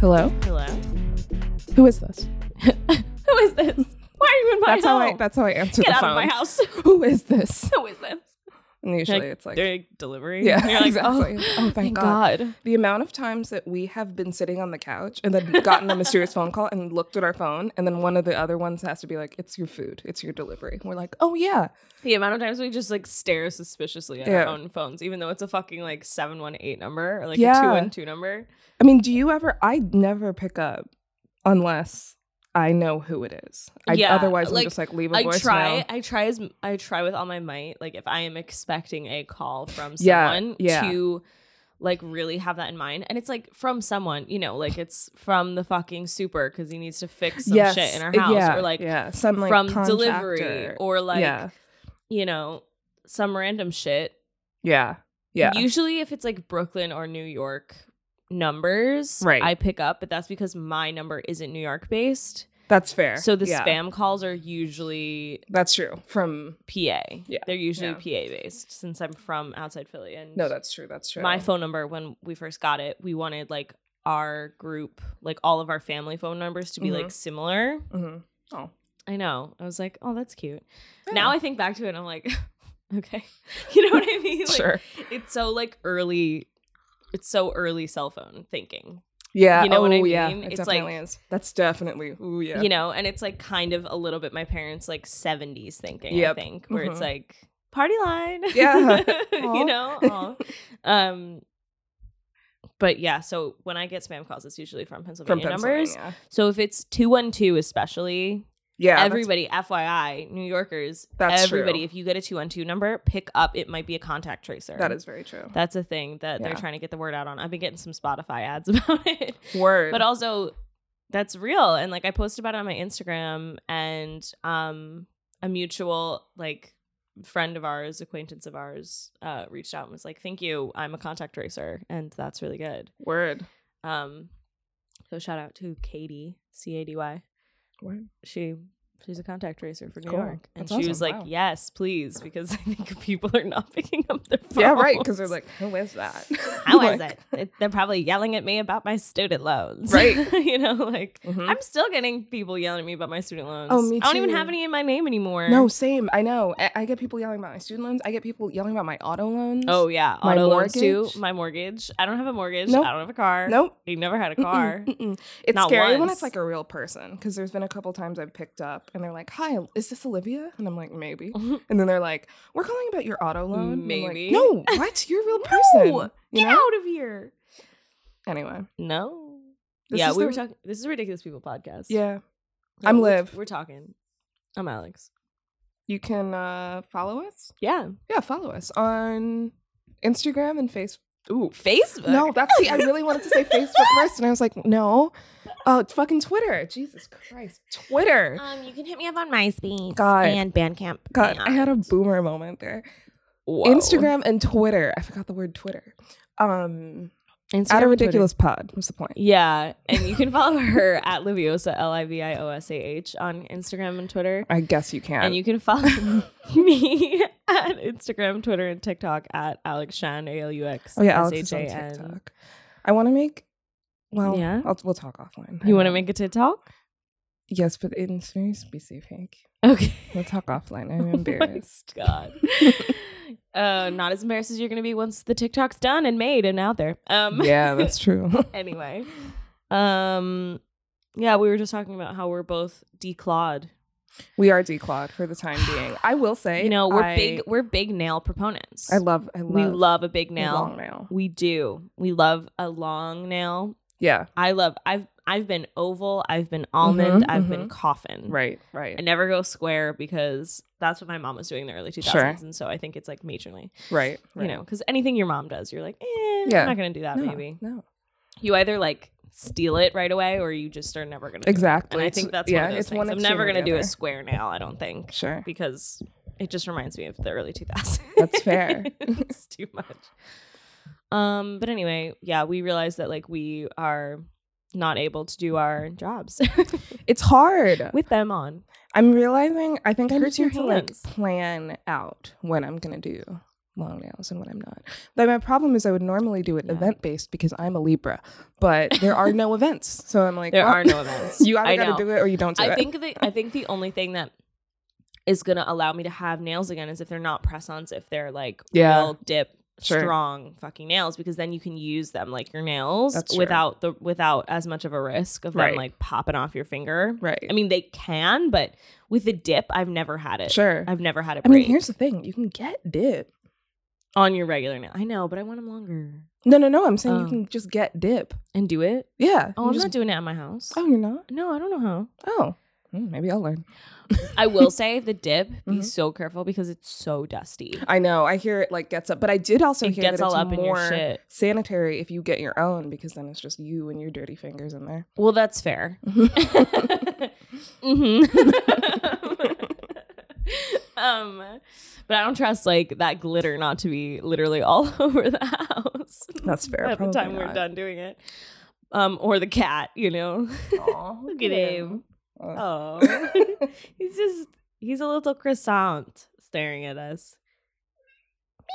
Hello? Hello. Who is this? Who is this? Why are you in my that's home? how I that's how I answer Get the out phone. of my house. Who is this? Who is this? And usually like, it's like They're delivery. Yeah, And you're like, exactly. oh, Oh, thank God. the amount of times that we have been sitting on the couch and then gotten a mysterious phone call and looked at our phone and then one of the other ones has to be like, It's your food, it's your delivery. we're like, Oh yeah. The amount of times we just like stare suspiciously at Yeah. our own phones, even though it's a fucking like 718 number or like Yeah. a 212 number. I mean, do you ever I never pick up unless I know who it is. I, Yeah, otherwise I'm like, just like leave a I voicemail. try, I try as I try with all my might. Like if I am expecting a call from Yeah, someone yeah. to like really have that in mind, and it's like from someone, you know, like it's from the fucking super because he needs to fix some Yes, eh, shit in our house, yeah, or like yeah. Some, like, from delivery, contractor. or like yeah, you know some random shit. yeah, yeah. Usually, if it's like Brooklyn or New York numbers, Right. I pick up, but that's because my number isn't New York based. That's fair. So the Yeah, spam calls are usually That's true. From PA. Yeah. They're usually Yeah. PA based since I'm from outside Philly. And no, that's true. That's true. my phone number when we first got it, we wanted like our group, like all of our family phone numbers to be Mm-hmm. like similar. hmm I know. I was like, oh, that's cute. Now I think back to it and I'm like, okay. You know what I mean? Like, sure. It's so like early. It's so early cell phone thinking, Yeah. you know what I oh, Yeah, mean? it It's definitely like- is. That's definitely. Ooh, yeah. you know, and it's like kind of a little bit my parents like 70s thinking, Yep. I think, where Mhm. it's like party line. Yeah. Aw. you know? Aw. um but yeah, so when I get spam calls, it's usually from From Pennsylvania, numbers. Pennsylvania. So if it's 212, especially, Yeah. that's- everybody, FYI, New Yorkers, That's everybody, true. if you get a 212 number, pick up. It might be a contact tracer. That is very true. That's a thing that Yeah. they're trying to get the word out on. I've been getting some Spotify ads about it Word. but also that's real and like i posted about it on my instagram and um a mutual like friend of ours acquaintance of ours uh reached out and was like thank you i'm a contact tracer and that's really good word. um so shout out to katie c-a-d-y Word. she she's a contact tracer for new Cool. york and That's she was awesome. like Wow. yes please because i think people are not picking up their phone Yeah. Right. Because they're like, who is that? how Like, is it? it? They're probably yelling at me about my student loans. Right. you know, like Mhm. I'm still getting people yelling at me about my student loans. Oh, me I don't even too. have any in my name anymore. No, same. I know. I, I get people yelling about my student loans. I get people yelling about my auto loans. Oh yeah. My Auto loans too. mortgage? My mortgage. I don't have a mortgage. Nope. I don't have a car. nope. You never had a Mm-mm, car. mm-mm. It's Not scary when once. it's like a real person because there's been a couple times I've picked up and they're like, "Hi, is this Olivia?" And I'm like, "Maybe." And then they're like, "We're calling about your auto loan." And I'm like, Maybe. no, what? You're a real person. No, you Get know. out of here. Anyway. No. this yeah, is we the- were talking this is a ridiculous people podcast. Yeah. Yeah, I'm we're- Liv. We're talking. I'm Alex. You can uh, follow us. Yeah. Yeah, follow us on Instagram and Facebook. Ooh. Facebook. No, that's the. I really wanted to say Facebook first, and I was like, no, oh, it's fucking Twitter. Jesus Christ, Twitter. Um, you can hit me up on MySpace God. and Bandcamp. God, I had a and- boomer moment there. Whoa. Instagram and Twitter. I forgot the word Twitter. Um, Instagram at a and Twitter. ridiculous pod. What's the point? Yeah, and you can follow her at Liviosa L I V I O S A H on Instagram and Twitter, I guess you can. and you can follow me at Instagram, Twitter, and TikTok at Alex Shan A L U X oh yeah, Alex S is H on A N. TikTok. I want to make. Well, yeah, Yeah? I'll, we'll talk offline. You want to make a TikTok? Yes, but in very specific. Okay. We'll talk offline. Oh I'm my embarrassed. God. uh, not as embarrassed as you're going to be once the TikTok's done and made and out there. Um, yeah, that's true. anyway, um, yeah, we were just talking about how we're both declawed. we are declawed for the time being. I will say, You know, we're I- big we're big nail proponents. I love. I love. we love a big a nail. Long nail. We do. We love a long nail. Yeah. I love I've I've been oval, I've been almond, Mhm, I've been coffin. Right. Right. I never go square because that's what my mom was doing in the early 2000s and so I think it's like majorly. right. Right. You know, cuz anything your mom does, you're like, "Eh, Yeah. I'm not going to do that No, maybe." No. You either like steal it right away or you just are never going to Exactly. And I It's- think that's yeah. one of those it's things. one. I'm extreme never or going to the do a other. square nail, I don't think, Sure. because it just reminds me of the early 2000s. That's fair. it's too much. Um, but anyway, yeah, we realized that like we are not able to do our jobs It's hard. with them on. I'm realizing I think I Hurts just your need to like hands. plan out what I'm gonna do. long nails and when I'm not. But my problem is I would normally do it Yeah. event based because I'm a Libra, but there are no events. So I'm like, There well, are no events. you I either know. got to do it or you don't do I it. think the I think the only thing that is gonna allow me to have nails again is if they're not press-ons, if they're like Yeah. real dip Sure. strong fucking nails, because then you can use them like your nails That's true. without the without as much of a risk of them Right. like popping off your finger. right. I mean they can, but with the dip, I've never had it. sure. I've never had it I mean, break here's the thing you can get dip. on your regular nail. I know, but I want them longer. No, no, no. I'm saying Oh. you can just get dip. And do it. Yeah. Oh, you I'm just, not doing it at my house. oh, you're not? No, I don't know how. Oh. Hmm, maybe I'll learn. I will say the dip, be Mhm. so careful because it's so dusty. I know. I hear it like gets up, but I did also It hear gets that all it's up in your more shit. sanitary if you get your own because then it's just you and your dirty fingers in there. Well, that's fair. Mm-hmm. hmm um, but I don't trust like that glitter not to be literally all over the house That's fair. at the Probably time we're not. done doing it. Um, or the cat, you know. Aw, Look at him. Oh. Oh, he's just he's a little croissant staring at us.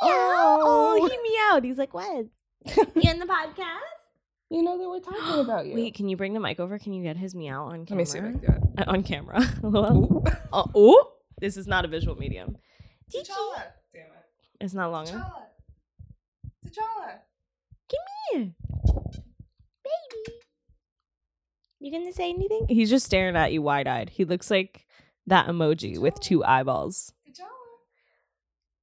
Oh, he meowed. He's like, "What? You in the podcast?" you know that we're talking about you. Wait, can you bring the mic over? Can you get his meow on camera? Let me see if I can do it. Uh, on camera. Hello? Ooh. Uh, oh, this is not a visual medium. T'Challa. Damn it. It's not long enough. T'Challa. T'Challa. Baby. You gonna say anything? He's just staring at you wide eyed. He looks like that emoji with two eyeballs T'Challa.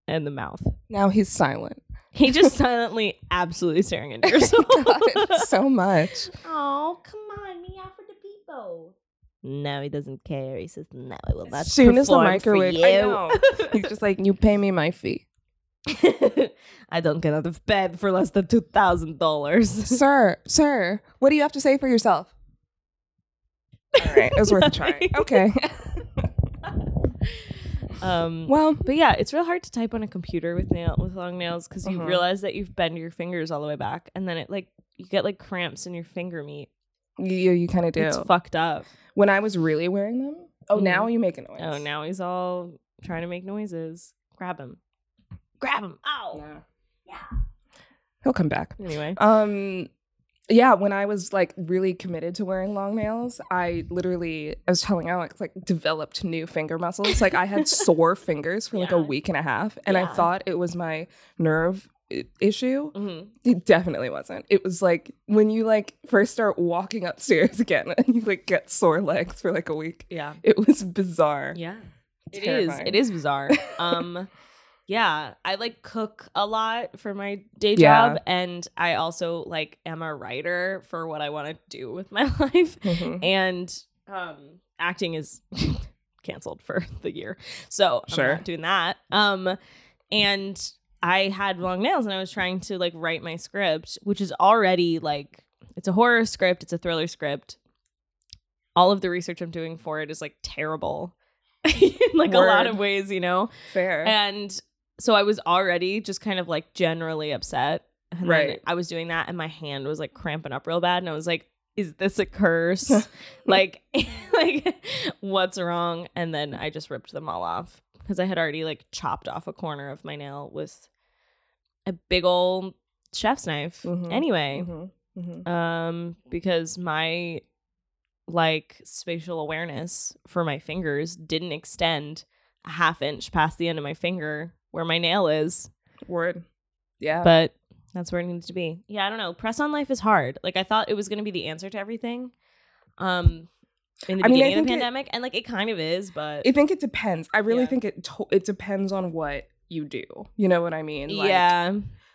and the mouth. Now he's silent. He just silently, absolutely staring into your soul. God, so much. Oh, come on, meow for the people. No, he doesn't care. He says, "No, I will not." As soon as the perform for microwave- I know. you." He's just like, you pay me my fee. I don't get out of bed for less than two thousand dollars. sir, sir, what do you have to say for yourself? All right, it was worth a try. Nothing. Okay. Um, Well, but yeah, it's real hard to type on a computer with nail with long nails because you Mhm. realize that you've bent your fingers all the way back, and then it like you get like cramps in your finger meat. you you kind of do. It's fucked up. when I was really wearing them, oh, Mhm. now you make a noise. Oh, now he's all trying to make noises. Grab him. Grab him. Ow. Yeah. He'll come back. Anyway. Um yeah, when I was like really committed to wearing long nails, I literally I was telling Alex like developed new finger muscles. Like I had sore fingers for like a Yeah. week and a half and I Yeah. thought it was my nerve i- issue. hmm It definitely wasn't. It was like when you like first start walking upstairs again and you like get sore legs for like a week. Yeah. It was bizarre. Yeah. It is. Terrifying. It is bizarre. um yeah, I like cook a lot for my day Yeah. job and I also like am a writer for what I want to do with my life Mhm. and um acting is canceled for the year. So, I'm Sure. not doing that. Um and I had long nails and I was trying to like write my script, which is already like it's a horror script, it's a thriller script. All of the research I'm doing for it is like terrible. in like a lot Word. of ways, you know. Fair. And so I was already just kind of like generally upset. And then Right. I was doing that and my hand was like cramping up real bad and I was like is this a curse? like like what's wrong? And then I just ripped them all off because I had already like chopped off a corner of my nail with a big old chef's knife. Mhm. Anyway, Mhm. Mhm. um because my like spatial awareness for my fingers didn't extend a half inch past the end of my finger where my nail is Word. Yeah. but that's where it needs to be yeah i don't know press on life is hard like i thought it was going to be the answer to everything um in the I mean, I beginning of the think it- pandemic and like it kind of is but I think it depends. I really Yeah. think it to- it depends on what you do. You know what I mean? Like, yeah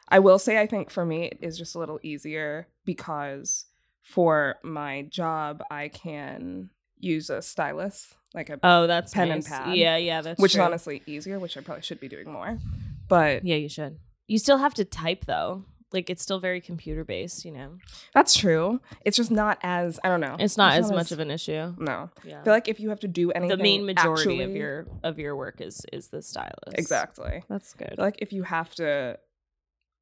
I will say I think for me it is just a little easier because for my job I can use a stylus, like a oh that's Pen and nice. pad. yeah yeah that's which true. is honestly easier, which I probably should be doing more. But yeah you should you still have to type though like it's still very computer based you know that's true. It's just not as I don't know. it's not as much of an issue no. yeah I feel like if you have to do anything, the main majority of actually- your of your work is is the stylist. exactly. That's good. like if you have to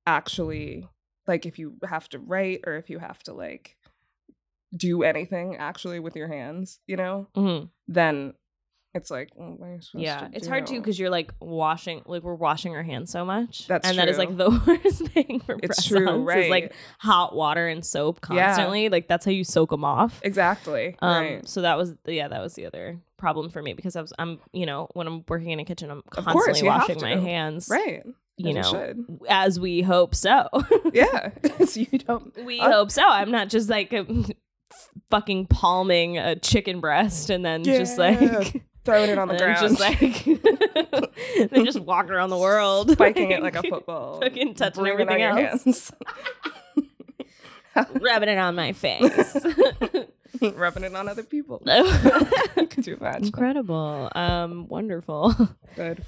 actually like if you have to write or if you have to like do anything actually with your hands you know Mhm. then It's like, well, what are you supposed yeah, to it's hard too do? because you're like washing, like we're washing our hands so much. That's and that is like true. the worst thing for it's press-ons true, right? Is like hot water and soap Yeah. constantly. Like that's how you soak them off. exactly. Um, right. so that was yeah, that was the other problem for me because I was I'm you know when I'm working in a kitchen I'm course, constantly you have washing my to. hands, Right. You As know, should. as we hope so. Yeah. so you don't. we Uh, hope so. I'm not just like fucking palming a chicken breast and then just Yeah. like Throwing it on the and ground. then just like then just walk around the world spiking it like a football. fucking touching bring it everything on your else hands. rubbing it on my face rubbing it on other people. Could you imagine? incredible um wonderful Good.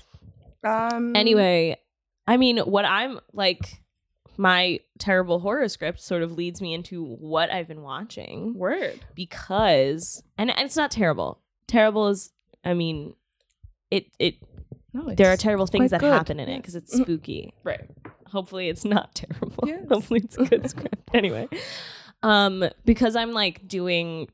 Um, anyway i mean what i'm like my terrible horror script sort of leads me into what i've been watching word. because and and it's not terrible terrible is i mean it it No, there are terrible things that quite good. happen in it Yeah. because it's Mhm. spooky right. hopefully it's not terrible. Yes. Hopefully it's a good script. Anyway, um, because I'm like doing,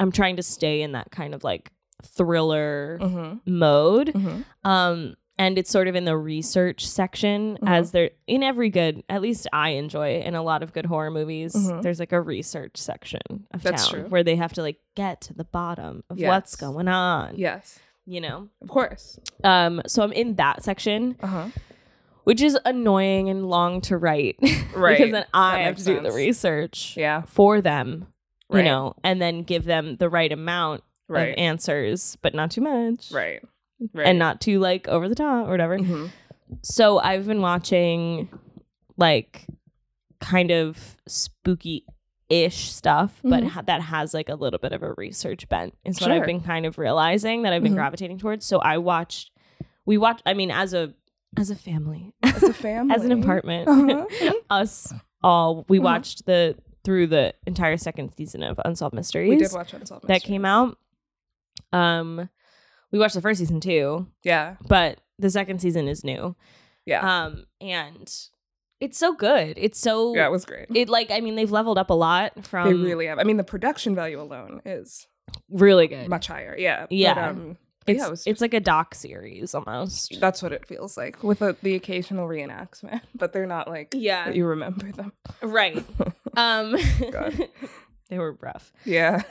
I'm trying to stay in that kind of like thriller Mm-hmm. mode. Mm-hmm. Um, and it's sort of in the research section Mhm. as there in every good, at least I enjoy in a lot of good horror movies. Mhm. There's like a research section of That's town true. where they have to like get to the bottom of what's Yes. going on. Yes, You know. of course. Um, so I'm in that section Uh huh. which is annoying and long to write. Right. because then I That have to makes do the sense. research Yeah. for them, you Right. know, and then give them the right amount of Right. answers, but not too much. right. Right. And not too like over the top or whatever. Mhm. So I've been watching like kind of spooky ish stuff, but Mhm. ha- that has like a little bit of a research bent, is what I've Sure. been kind of realizing that I've been Mhm. gravitating towards. So I watched, we watched, I mean, as a, as a family, as a family, as an apartment Uh-huh. us all we Uh-huh. watched the through the entire second season of unsolved mysteries we did watch Unsolved that Mysteries. came out um we watched the first season too Yeah. but the second season is new Yeah. um and it's so good it's so yeah. It was great. Um, it like i mean they've leveled up a lot from Oh. they really have. I mean, the production value alone is really good much higher. Yeah. But, Yeah. um, but it's, yeah, it was it's like a doc series almost That's what it feels like with the, the occasional reenactment, but they're not like yeah that you remember them. right um God. they were rough Yeah.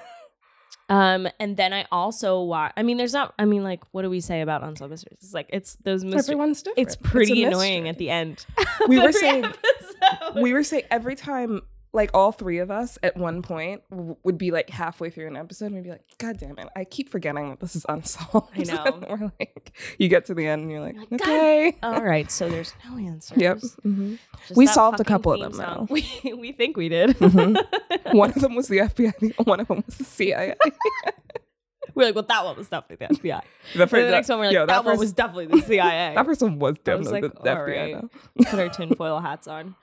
Um, and then I also watch. I mean, there's not. I mean, like, what do we say about unsolved mysteries? It's like it's those mysteries. Everyone's different. It's a pretty mystery. annoying at the end. We of were every saying- episode. We were saying every time, like all three of us at one point w- would be like halfway through an episode and we'd be like, God damn it, I keep forgetting that this is unsolved. I know. we're like, you get to the end and you're like, God. okay. All right, so there's no answer. Yep. Mhm. We solved a couple of them, though. Mm-hmm. We we think we did. One of them was the FBI, the- one of them was the CIA. we're like, well, that one was definitely the FBI. The, For the next one, we're like, yo, that, one first- was definitely the CIA. That person was I was definitely like, the the all FBI right. though. Put our tinfoil hats on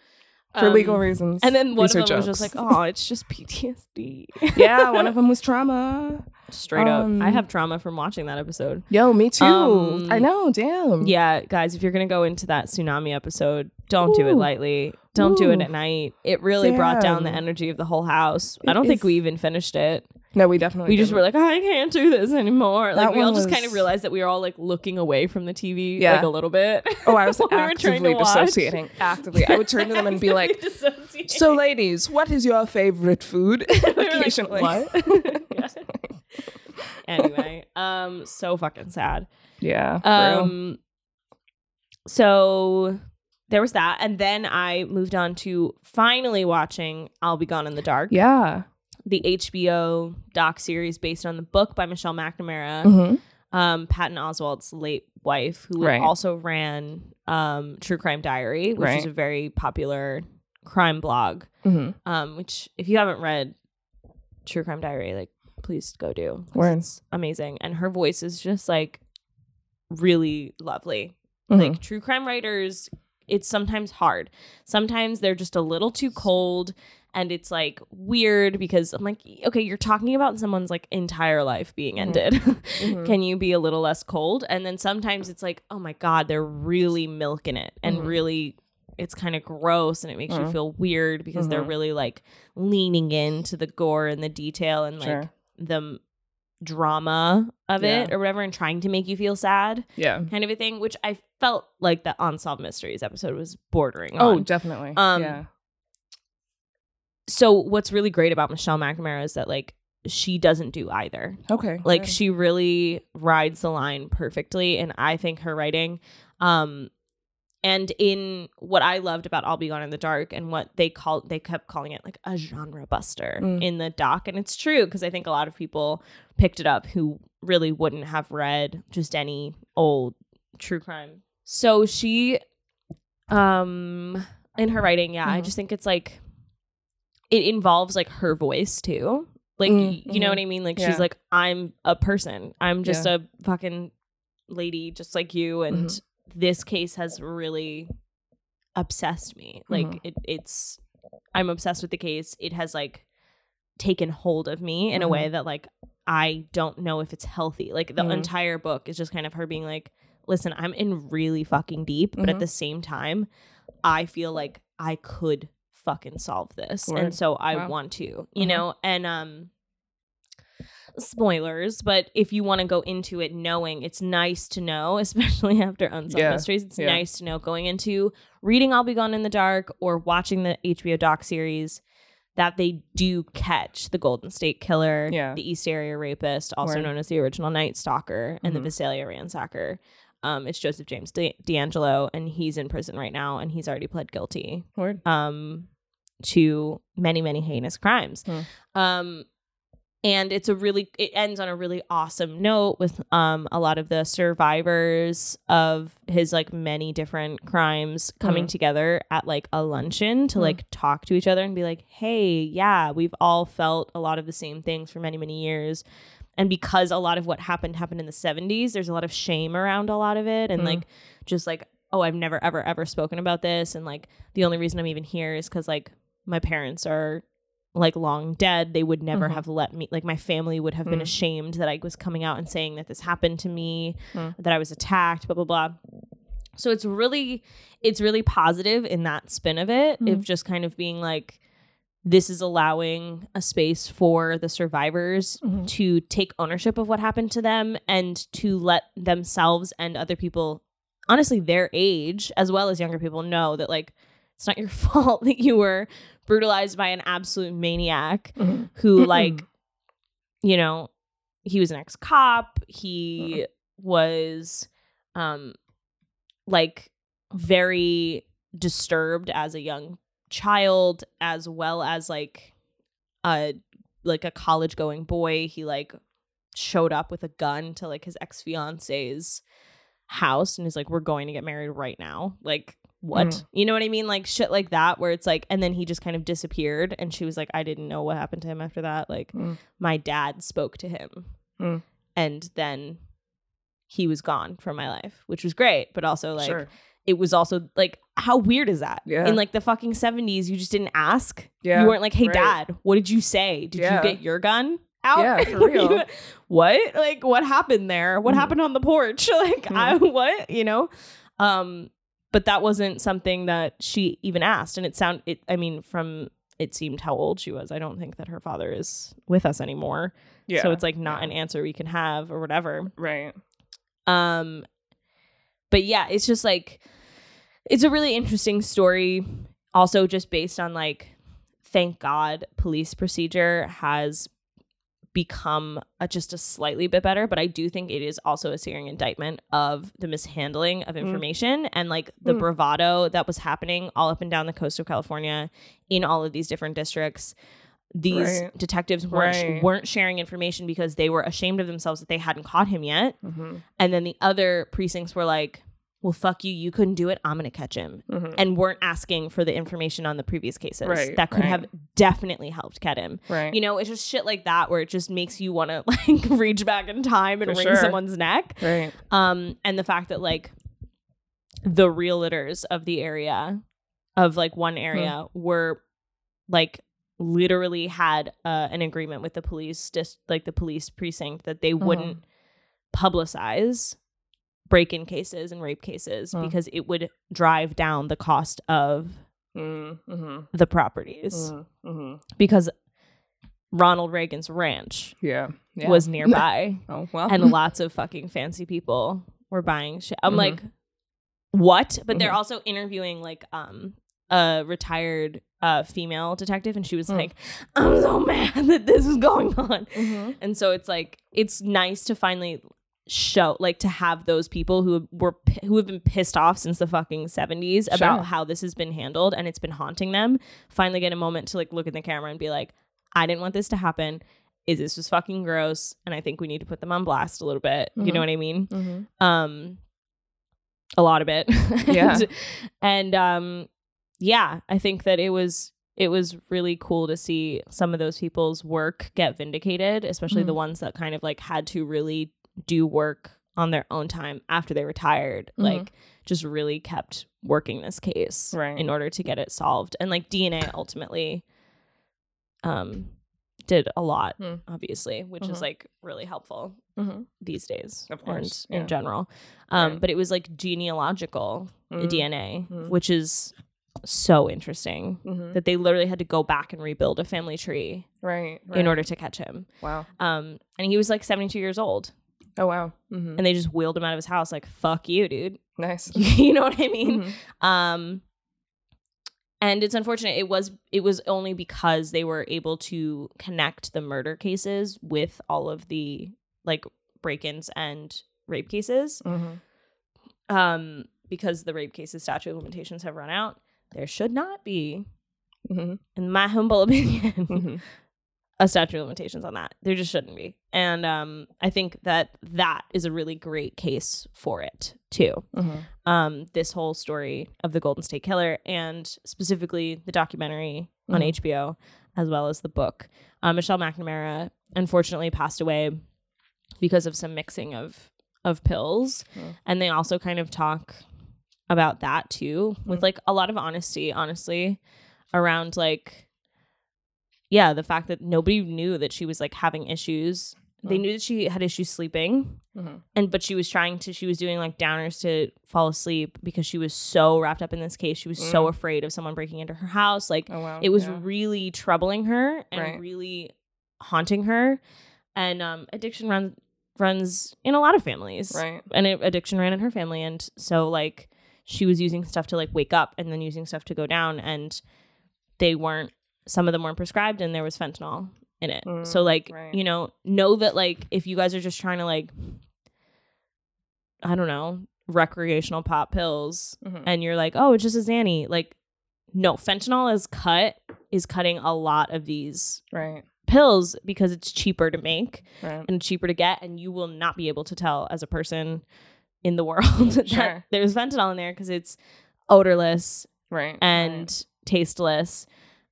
for Um, legal reasons. And then one of them Research was just like, jokes. oh, it's just PTSD. yeah, one of them was trauma. Straight Um, up, I have trauma from watching that episode. Yo, me too. Um, I know, damn. Yeah, guys, if you're gonna go into that tsunami episode, don't do it Ooh. lightly. Don't do it Ooh. at night. It really brought down the Damn. energy of the whole house. I It don't think is- we even finished it. No, we definitely We just didn't. were like, "Oh, I can't do this anymore. Like That we all one just kind of was- realized that we were all like looking away from the TV Yeah. like a little bit. Oh, I was when we were trying to actively watch. dissociating. Actively. I would turn to them and be like, Dissociate. So ladies, what is your favorite food? We were like, Occasionally. what? Yeah. anyway, um, so fucking sad. Yeah. bro. Um, so there was that, and then I moved on to finally watching "I'll Be Gone in the Dark," yeah. the HBO doc series based on the book by Michelle McNamara, Mhm. um, Patton Oswald's late wife, who Right. also ran um, True Crime Diary, which is Right. a very popular crime blog. Mhm. Um, which if you haven't read True Crime Diary, like please go do. 'cause Word. It's amazing, and her voice is just like really lovely Mhm. like true crime writers it's sometimes hard sometimes they're just a little too cold and it's like weird because i'm like okay you're talking about someone's like entire life being Mhm. ended Mhm. can you be a little less cold and then sometimes it's like oh my god they're really milking it and Mhm. really it's kind of gross and it makes you Mhm. feel weird because they're Mhm. really like leaning into the gore and the detail and like Sure. the drama of Yeah. Mm-hmm. it or whatever and trying to make you feel sad Yeah. kind of a thing, which I felt like the Unsolved Mysteries episode was bordering Oh, on. definitely. Um, yeah. so what's really great about Michelle McNamara is that like she doesn't do either. Okay. Like yeah. she really rides the line perfectly and I think her writing um and in what I loved about I'll Be Gone in the Dark and what they called they kept calling it like a genre buster Mm. in the doc and it's true because I think a lot of people picked it up who really wouldn't have read just any old true crime. So she um in her writing, yeah, I Mhm. just think it's like it involves like her voice too. Like Mm, you know mhm. what I mean? Like Yeah. she's like I'm a person. I'm just a fucking lady just like you and Mhm. this case has really obsessed me. Like Mhm. it, it's I'm obsessed with the case. It has like taken hold of me in a Mm-hmm. way that like I don't know if it's healthy. Like the Mhm. entire book is just kind of her being like, "Listen, I'm in really fucking deep, but at Mhm. the same time, I feel like I could fucking solve this. Word. And so I Wow. want to, you Mhm. know, and um spoilers, but if you want to go into it knowing, it's nice to know, especially after Unsolved Yeah. Mysteries, it's Yeah. nice to know going into reading I'll Be Gone in the Dark or watching the HBO doc series that they do catch the Golden State Killer, Yeah. the East Area Rapist, also Word. known as the original Night Stalker, and Mhm. the Visalia Ransacker. Um, it's Joseph James D- D'Angelo, and he's in prison right now, and he's already pled guilty Word. um, to many, many heinous crimes. Um, and it's a really it ends on a really awesome note with um a lot of the survivors of his like many different crimes coming Mhm. together at like a luncheon to Mhm. like talk to each other and be like, "Hey, yeah, we've all felt a lot of the same things for many, many years." And because a lot of what happened happened in the 70s, there's a lot of shame around a lot of it and Mhm. like just like, "Oh, I've never ever ever spoken about this." And like the only reason I'm even here is cuz like my parents are like long dead they would never Mhm. have let me like my family would have been Mm. ashamed that i was coming out and saying that this happened to me Mm. that i was attacked blah blah blah so it's really it's really positive in that spin of it Mhm. of just kind of being like this is allowing a space for the survivors Mhm. to take ownership of what happened to them and to let themselves and other people honestly their age as well as younger people know that like it's not your fault that you were brutalized by an absolute maniac Mhm. who like you know he was an ex-cop he was um like very disturbed as a young child as well as like a like a college going boy he like showed up with a gun to like his ex-fiance's house and is like we're going to get married right now like what Mm. you know what i mean like shit like that where it's like and then he just kind of disappeared and she was like i didn't know what happened to him after that like Mm. my dad spoke to him Mm. and then he was gone from my life which was great but also like sure. it was also like how weird is that Yeah. in like the fucking 70s you just didn't ask Yeah. you weren't like hey right. dad what did you say did Yeah. you get your gun out Yeah, for Were real. you- what like what happened there what Mhm. happened on the porch like i Hmm. what you know um but that wasn't something that she even asked and it sound it i mean from it seemed how old she was i don't think that her father is with us anymore yeah. so it's like not yeah. an answer we can have or whatever right. um but yeah, it's just like it's a really interesting story also just based on like thank God police procedure has become a, just a slightly bit better, but I do think it is also a searing indictment of the mishandling of information and like the Mm. bravado that was happening all up and down the coast of California in all of these different districts. These Right. detectives weren't sh- Right. weren't sharing information because they were ashamed of themselves that they hadn't caught him yet. Mm-hmm. And then the other precincts were like, well, fuck you. You couldn't do it. I'm going to catch him. Mm-hmm. And weren't asking for the information on the previous cases Right, that could right. have definitely helped get him. Right. You know, it's just shit like that where it just makes you want to like reach back in time and For wring sure. someone's neck. right. Um, and the fact that like the realtors of the area, of like one area, were like literally had uh, an agreement with the police, just like the police precinct, that they Mhm. wouldn't publicize break-in cases and rape cases Mm. because it would drive down the cost of Mm-hmm. Mm. the properties Mm-hmm. because Ronald Reagan's ranch Yeah. yeah. was nearby, oh well. and lots of fucking fancy people were buying shit. I'm Mhm. like, what? But they're Mhm. also interviewing like um a retired uh female detective, and she was Mm. like, I'm so mad that this is going on. Mhm. And so it's like it's nice to finally show like to have those people who were p- who have been pissed off since the fucking 70s about Sure. how this has been handled and it's been haunting them finally get a moment to like look in the camera and be like I didn't want this to happen is this was fucking gross and I think we need to put them on blast a little bit you Mhm. know what I mean Mhm. um a lot of it Yeah. and, and um yeah i think that it was it was really cool to see some of those people's work get vindicated especially the Mhm. ones that kind of like had to really do work on their own time after they retired Mhm. like just really kept working this case Right. in order to get it solved and like dna ultimately um did a lot Hmm. obviously which is Mhm. like really helpful Mhm. these days Of course, and in yeah. general um Right. but it was like genealogical Mm. dna Mm. which is so interesting Mhm. that they literally had to go back and rebuild a family tree Right, right. in order to catch him Wow. um and he was like 72 years old Oh wow. Mhm. and they just wheeled him out of his house like fuck you dude Nice. you know what i mean Mhm. um and it's unfortunate it was it was only because they were able to connect the murder cases with all of the like break-ins and rape cases Mhm. um because the rape cases statute of limitations have run out there should not be Mhm. in my humble opinion Mhm. a statute of limitations on that there just shouldn't be and um i think that that is a really great case for it too Mhm. um, this whole story of the Golden State Killer and specifically the documentary on Mhm. HBO as well as the book. Uh, Michelle McNamara unfortunately passed away because of some mixing of of pills, Mm. and they also kind of talk about that too with Mhm. like a lot of honesty, honestly, around like yeah, the fact that nobody knew that she was like having issues. They Mm. knew that she had issues sleeping Mhm. and but she was trying to she was doing like downers to fall asleep because she was so wrapped up in this case she was so Mm. afraid of someone breaking into her house like Oh wow. it was Yeah. really troubling her and Right. really haunting her and um addiction runs runs in a lot of families right. and it, addiction ran in her family and so like she was using stuff to like wake up and then using stuff to go down and they weren't some of them weren't prescribed and there was fentanyl in it Mm, so like right. you know know that like if you guys are just trying to like i don't know recreational pop pills Mhm. and you're like oh it's just a zanny like no fentanyl is cut is cutting a lot of these Right. pills because it's cheaper to make Right. and cheaper to get and you will not be able to tell as a person in the world that Sure. there's fentanyl in there because it's odorless Right. and tasteless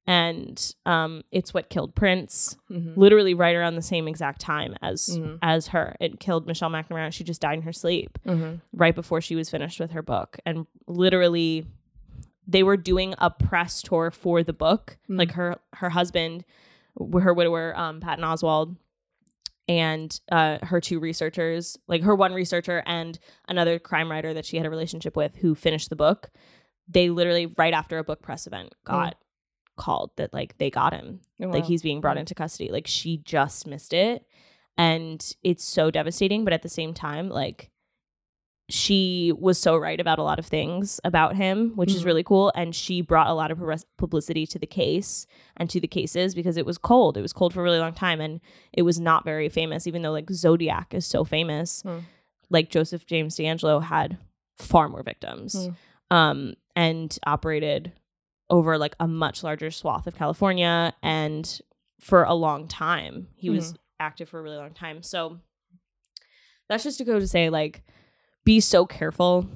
and um, it's what killed prince right. Mhm. literally right around the same exact time as Mhm. as her it killed michelle mcnamara she just died in her sleep Mhm. right before she was finished with her book and literally they were doing a press tour for the book Mm. like her her husband w- her widower um, patton oswald and uh, her two researchers like her one researcher and another crime writer that she had a relationship with who finished the book they literally right after a book press event got called that like they got him Oh, like wow. he's being brought Mm. into custody like she just missed it and it's so devastating but at the same time like she was so right about a lot of things about him which is Mhm. really cool and she brought a lot of pres- publicity to the case and to the cases because it was cold it was cold for a really long time and it was not very famous even though like zodiac is so famous Mm. like joseph james d'angelo had far more victims Mm. um and operated over like a much larger swath of California and for a long time. He was active for a really long time. So that's just to go to say like be so careful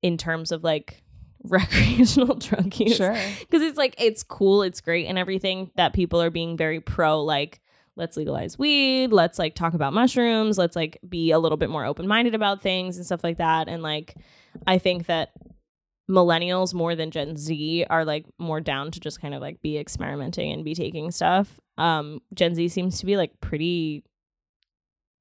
in terms of like recreational drug use Sure. because it's like it's cool, it's great, and everything that people are being very pro like let's legalize weed, let's like talk about mushrooms, let's like be a little bit more open minded about things and stuff like that. And like I think that millennials more than Gen Z are like more down to just kind of like be experimenting and be taking stuff. Um, Gen Z seems to be like pretty.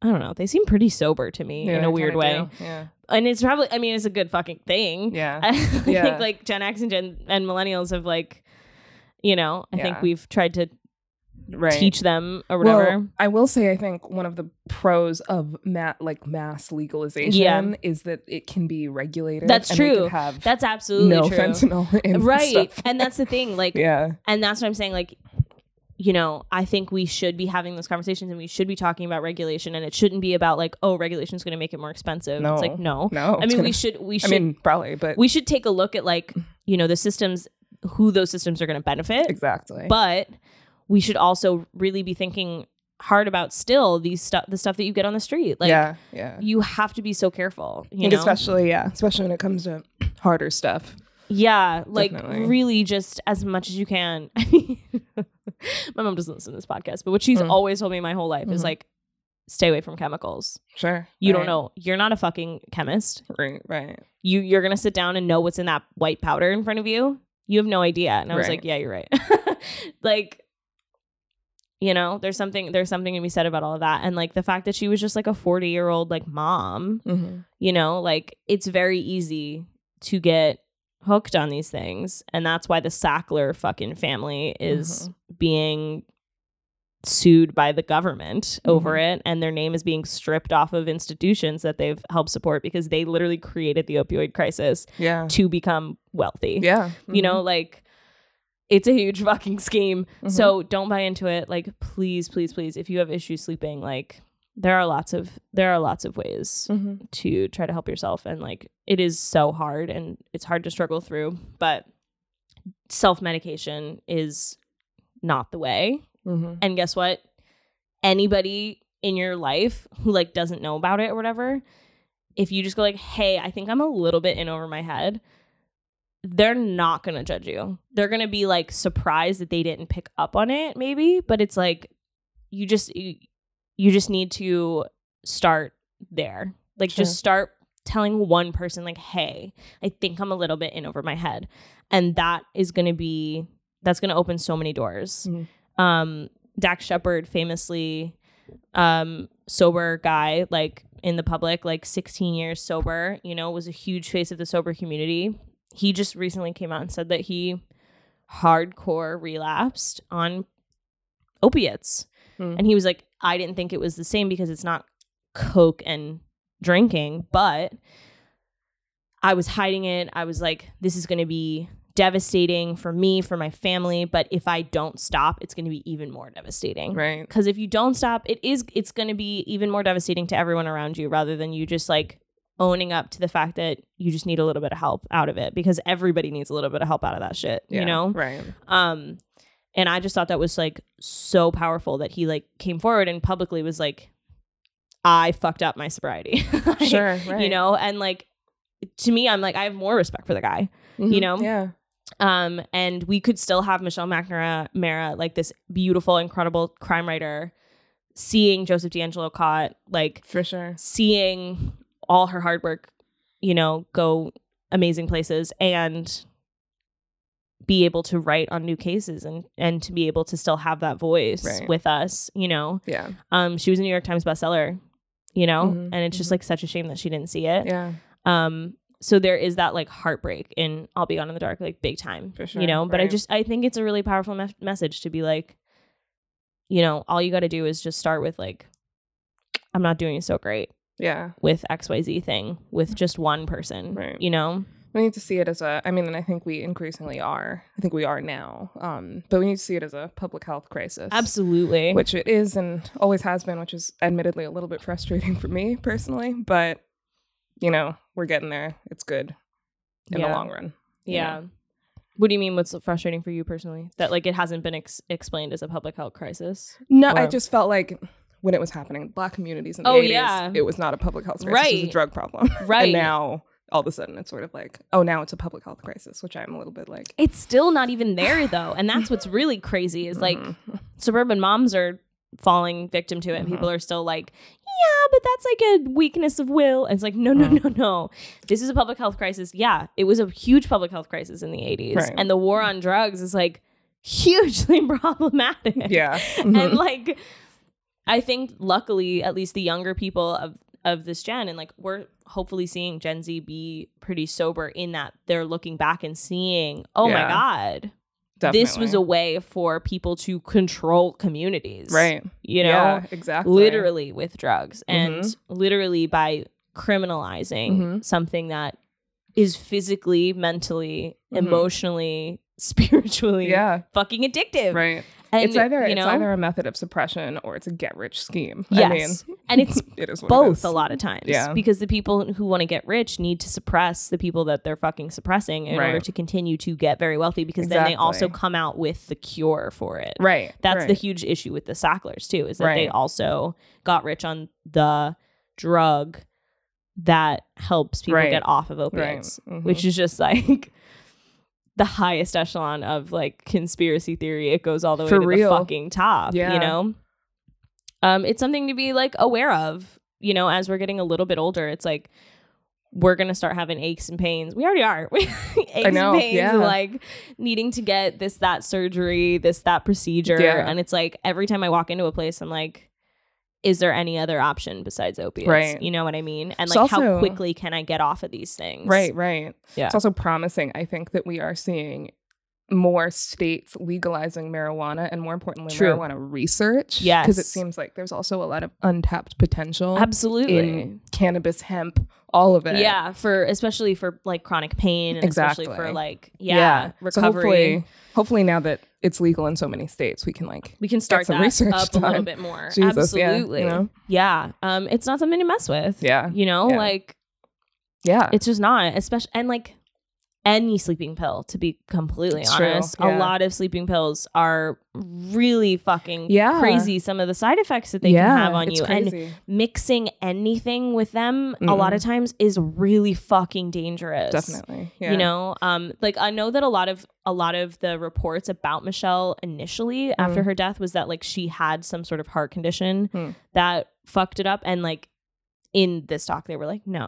I don't know. They seem pretty sober to me Yeah, in I a weird way. kinda do. Yeah. And it's probably, I mean, it's a good fucking thing. Yeah. I Yeah. think like Gen X and Gen and millennials have like, you know, I Yeah. think we've tried to right. teach them or whatever. Well, I will say, I think one of the pros of ma- like mass legalization Yeah. is that it can be regulated. That's and we could true. have that's absolutely no true. fentanyl in right. stuff. And that's the thing. Like yeah, and that's what I'm saying. Like, you know, I think we should be having those conversations and we should be talking about regulation and it shouldn't be about like, oh, regulation's gonna make it more expensive. No. It's like no. no. I it's mean gonna- we should we I should mean, probably, but we should take a look at like, you know, the systems who those systems are gonna benefit. exactly. but we should also really be thinking hard about still these stuff the stuff that you get on the street like yeah, yeah. you have to be so careful I you think know especially yeah, especially when it comes to harder stuff. yeah like Definitely. really just as much as you can I mean, my mom doesn't listen to this podcast but what she's Mm. always told me my whole life is Mhm. like stay away from chemicals Sure, you Right, don't know you're not a fucking chemist Right, right. you you're gonna sit down and know what's in that white powder in front of you you have no idea and i was Right. like yeah you're right like you know there's something there's something to be said about all of that and like the fact that she was just like a 40 year old like mom Mm-hmm. you know like it's very easy to get hooked on these things and that's why the sackler fucking family is Mm-hmm. being sued by the government over Mm-hmm. it and their name is being stripped off of institutions that they've helped support because they literally created the opioid crisis Yeah, to become wealthy yeah. Mm-hmm. you know like it's a huge fucking scheme Mhm. so don't buy into it like please please please if you have issues sleeping like there are lots of there are lots of ways hmm to try to help yourself and like it is so hard and it's hard to struggle through but self-medication is not the way hmm and guess what anybody in your life who like doesn't know about it or whatever if you just go like hey i think i'm a little bit in over my head they're not going to judge you they're going to be like surprised that they didn't pick up on it maybe but it's like you just you, you just need to start there like Sure. just start telling one person like hey i think i'm a little bit in over my head and that is going to be that's going to open so many doors Mhm. um dax shepard famously um sober guy like in the public like 16 years sober you know was a huge face of the sober community he just recently came out and said that he hardcore relapsed on opiates Hmm. and he was like i didn't think it was the same because it's not coke and drinking but i was hiding it i was like this is going to be devastating for me for my family but if i don't stop it's going to be even more devastating Right. because if you don't stop it is it's going to be even more devastating to everyone around you rather than you just like owning up to the fact that you just need a little bit of help out of it because everybody needs a little bit of help out of that shit Yeah, you know Right. um and i just thought that was like so powerful that he like came forward and publicly was like i fucked up my sobriety Like, Sure. Right. you know and like to me i'm like i have more respect for the guy you Mhm, know? Yeah. um, and we could still have Michelle McNamara, like this beautiful, incredible crime writer, seeing Joseph D'Angelo caught, like For sure. seeing all her hard work, you know, go amazing places and be able to write on new cases and and to be able to still have that voice Right. with us, you know. Yeah. Um, she was a New York Times bestseller, you know, Mhm, and it's just mhm. like such a shame that she didn't see it. Yeah. Um, so there is that like heartbreak in I'll Be Gone in the Dark, like big time, For sure, you know. But I right. just I think it's a really powerful me- message to be like, you know, all you got to do is just start with like, I'm not doing so great Yeah. with X Y Z thing with just one person, Right. you know. We need to see it as a. I mean, and I think we increasingly are. I think we are now. Um, but we need to see it as a public health crisis. Absolutely, Which it is and always has been, which is admittedly a little bit frustrating for me personally, but you know we're getting there. It's good in the Yeah. long run. you yeah. know. What do you mean? What's frustrating for you personally? That like it hasn't been ex- explained as a public health crisis, No, I Or- just felt like when it was happening, black communities in the Oh, 80s, yeah. it was not a public health crisis. It was Right. a drug problem. right? and now all of a sudden it's sort of like, oh, now it's a public health crisis, which I'm a little bit like. it's still not even there though, and that's what's really crazy is like. mm, suburban moms are falling victim to it and Mhm. people are still like yeah but that's like a weakness of will and it's like no no Mm-hmm. no no this is a public health crisis yeah it was a huge public health crisis in the 80s Right. and the war on drugs is like hugely problematic yeah, and mhm, like i think luckily at least the younger people of of this gen and like we're hopefully seeing gen z be pretty sober in that they're looking back and seeing oh Yeah. my god this was a way for people to control communities. right. You know, Yeah, exactly. literally with drugs and Mhm. literally by criminalizing Mhm. something that is physically, mentally, Mhm. emotionally, spiritually Yeah. fucking addictive. Right. And it's either you it's know, either a method of suppression or it's a get rich scheme. Yes. I mean, and it's it is what it both is. a lot of times Yeah. because the people who want to get rich need to suppress the people that they're fucking suppressing in Right. order to continue to get very wealthy because then they also Exactly. come out with the cure for it. Right. That's right. the huge issue with the Sacklers too, is that they Right. also got rich on the drug that helps people Right. get off of right. opiates, Mhm. which is just like the highest echelon of like conspiracy theory. It goes all the way For to real. the fucking top, Yeah. you know. Um, it's something to be like aware of, you know, as we're getting a little bit older. It's like we're gonna start having aches and pains. We already are. aches know, and pains, yeah. and, like needing to get this that surgery, this that procedure, Yeah. and it's like every time I walk into a place, I'm like, is there any other option besides opiates? Right. You know what I mean? And It's like, how also- quickly can I get off of these things? right, right. Yeah. It's also promising, I think, that we are seeing more states legalizing marijuana and more importantly True. marijuana research. Because it Yes. seems like there's also a lot of untapped potential Absolutely. in cannabis hemp, all of it. Yeah, for especially for like chronic pain and especially for Exactly. like yeah, So recovery. hopefully, hopefully now that it's legal in so many states, we can like we can start some that research up a little done. bit more. Jesus, yeah, you Absolutely. Yeah, know? Um it's not something to mess with. Yeah. You know, Yeah. like Yeah. it's just not, especially and like any sleeping pill to be completely It's true, honest. A yeah. lot of sleeping pills are really fucking Yeah. crazy some of the side effects that they can have on it's you and Crazy. mixing anything with them a lot Mm-mm. of times is really fucking dangerous. Definitely. Yeah. you know um like i know that a lot of a lot of the reports about michelle initially Mm-hmm. after her death was that like she had some sort of heart condition Mm. that fucked it up and like in this talk they were like no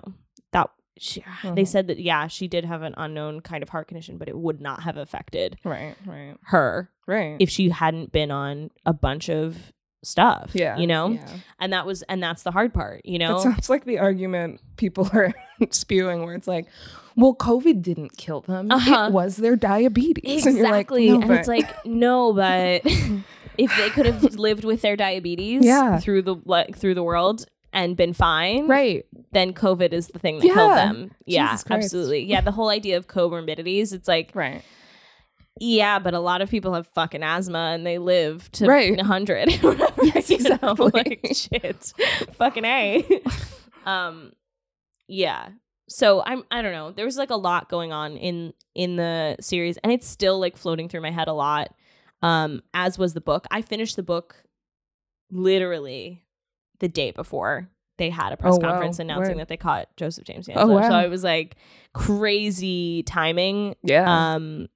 that she, they Mhm. said that yeah she did have an unknown kind of heart condition but it would not have affected Mm-hmm. Right. Right. her Right. if she hadn't been on a bunch of stuff yeah. you know Yeah. and that was and that's the hard part you That know sounds like the argument people are spewing, where it's like, "Well, COVID didn't kill them; Uh-huh. it was their diabetes." And you're like, Exactly. "No, and it's but- like, no, but if they could have lived with their diabetes Yeah. through the like through the world and been fine, right, then COVID is the thing that killed Yeah. them. Yeah, Jesus Christ. absolutely. Yeah, the whole idea of comorbidities, it's like, right, yeah, but a lot of people have fucking asthma and they live to Right. 100. or whatever, Yes, you know? exactly. Like, shit. fucking A. um, yeah. So I'm I don't know. There was like a lot going on in in the series and it's still like floating through my head a lot. Um as was the book. I finished the book literally the day before they had a press Oh, wow. conference announcing Word. that they caught Joseph James Gansler. Oh, wow. So I was like crazy timing yeah, um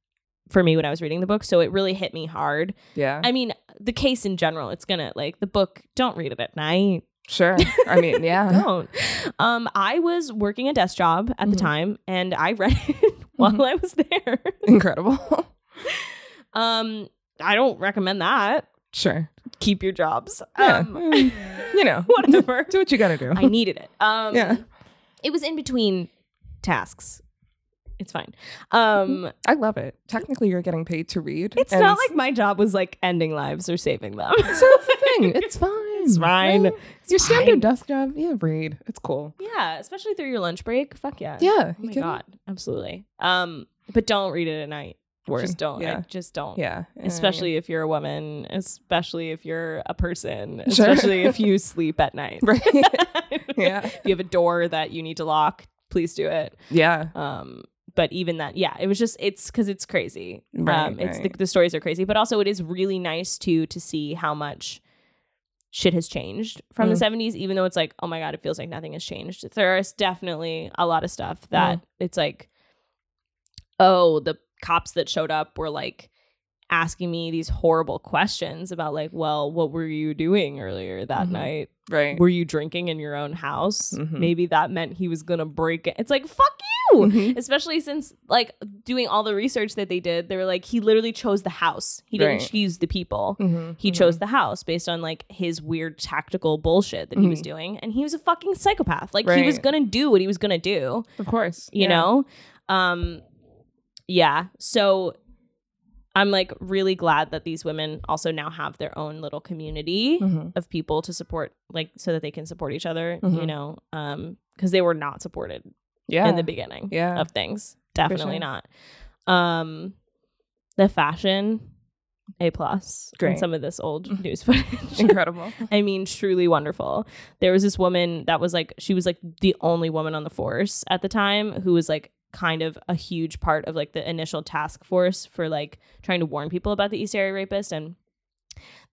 for me when I was reading the book, so it really hit me hard. yeah, I mean, the case in general, it's gonna like the book, don't read it at night. sure. I mean, yeah, Don't. Um, I was working a desk job at the Mhm. time and I read it while Mm-hmm. I was there. incredible. Um, I don't recommend that. sure, Keep your jobs. yeah, Um mm, you know, whatever. do what you gotta do. I needed it. Um yeah, it was in between tasks. It's fine. Um I love it. Technically, you're getting paid to read. it's Mm-hmm. and not like my job was like ending lives or saving them. so it's the thing. It's fine. It's fine. Hmm, Your fine. standard desk job. Yeah, read. It's cool. Yeah, especially through your lunch break. Fuck yeah. Yeah, Oh my can- god, absolutely. Um, but don't read it at night. Word. Just don't. Yeah, Like, just don't. yeah. Mm. Especially if you're a woman. Especially if you're a person. Sure. Especially if you sleep at night. right. yeah, If you have a door that you need to lock, please do it. yeah. Um, but even that, yeah, it was just it's because it's crazy. Right, um, it's the, right. the stories are crazy, but also it is really nice to to see how much shit has changed from Mm. the 70s even though it's like oh my god it feels like nothing has changed there is definitely a lot of stuff Mm. that it's like oh the cops that showed up were like asking me these horrible questions about like well what were you doing earlier that Mhm. night Right. were you drinking in your own house Mhm. maybe that meant he was gonna break it it's like fuck you Mhm. especially since like doing all the research that they did they were like he literally chose the house he didn't Right. choose the people Mhm. he Mhm. chose the house based on like his weird tactical bullshit that he was Mhm. doing and he was a fucking psychopath like he was Right. gonna do what he was gonna do Of course. you Yeah. know um yeah so I'm like really glad that these women also now have their own little community Mhm. of people to support, like, so that they can support each other, you Mhm. know, um, because they were not supported Yeah. in the beginning yeah. of things. sure. Definitely not. Um, the fashion, a plus. on Great. some of this old Mhm. news footage. Incredible. I mean, truly wonderful. There was this woman that was like, she was like the only woman on the force at the time who was like kind of a huge part of like the initial task force for like trying to warn people about the East Area rapist. And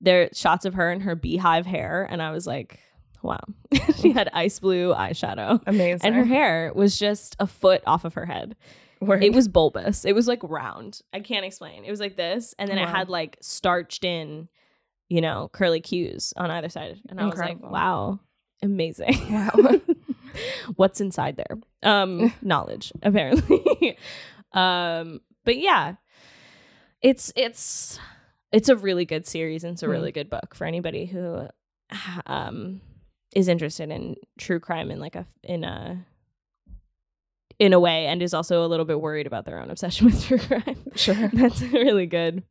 there shots of her and her beehive hair. And I was like, wow. she had ice blue eyeshadow. Amazing. And her hair was just a foot off of her head. Word. It was bulbous. It was like round. I can't explain. It was like this, and then it Wow. had like starched in, you know, curly cues on either side. And I was like, Incredible. wow, amazing. Wow. What's inside there? Um, knowledge, apparently. um, but yeah, it's it's it's a really good series and it's a Hmm. really good book for anybody who um is interested in true crime in like a in a in a way and is also a little bit worried about their own obsession with true crime. Sure. That's a really good.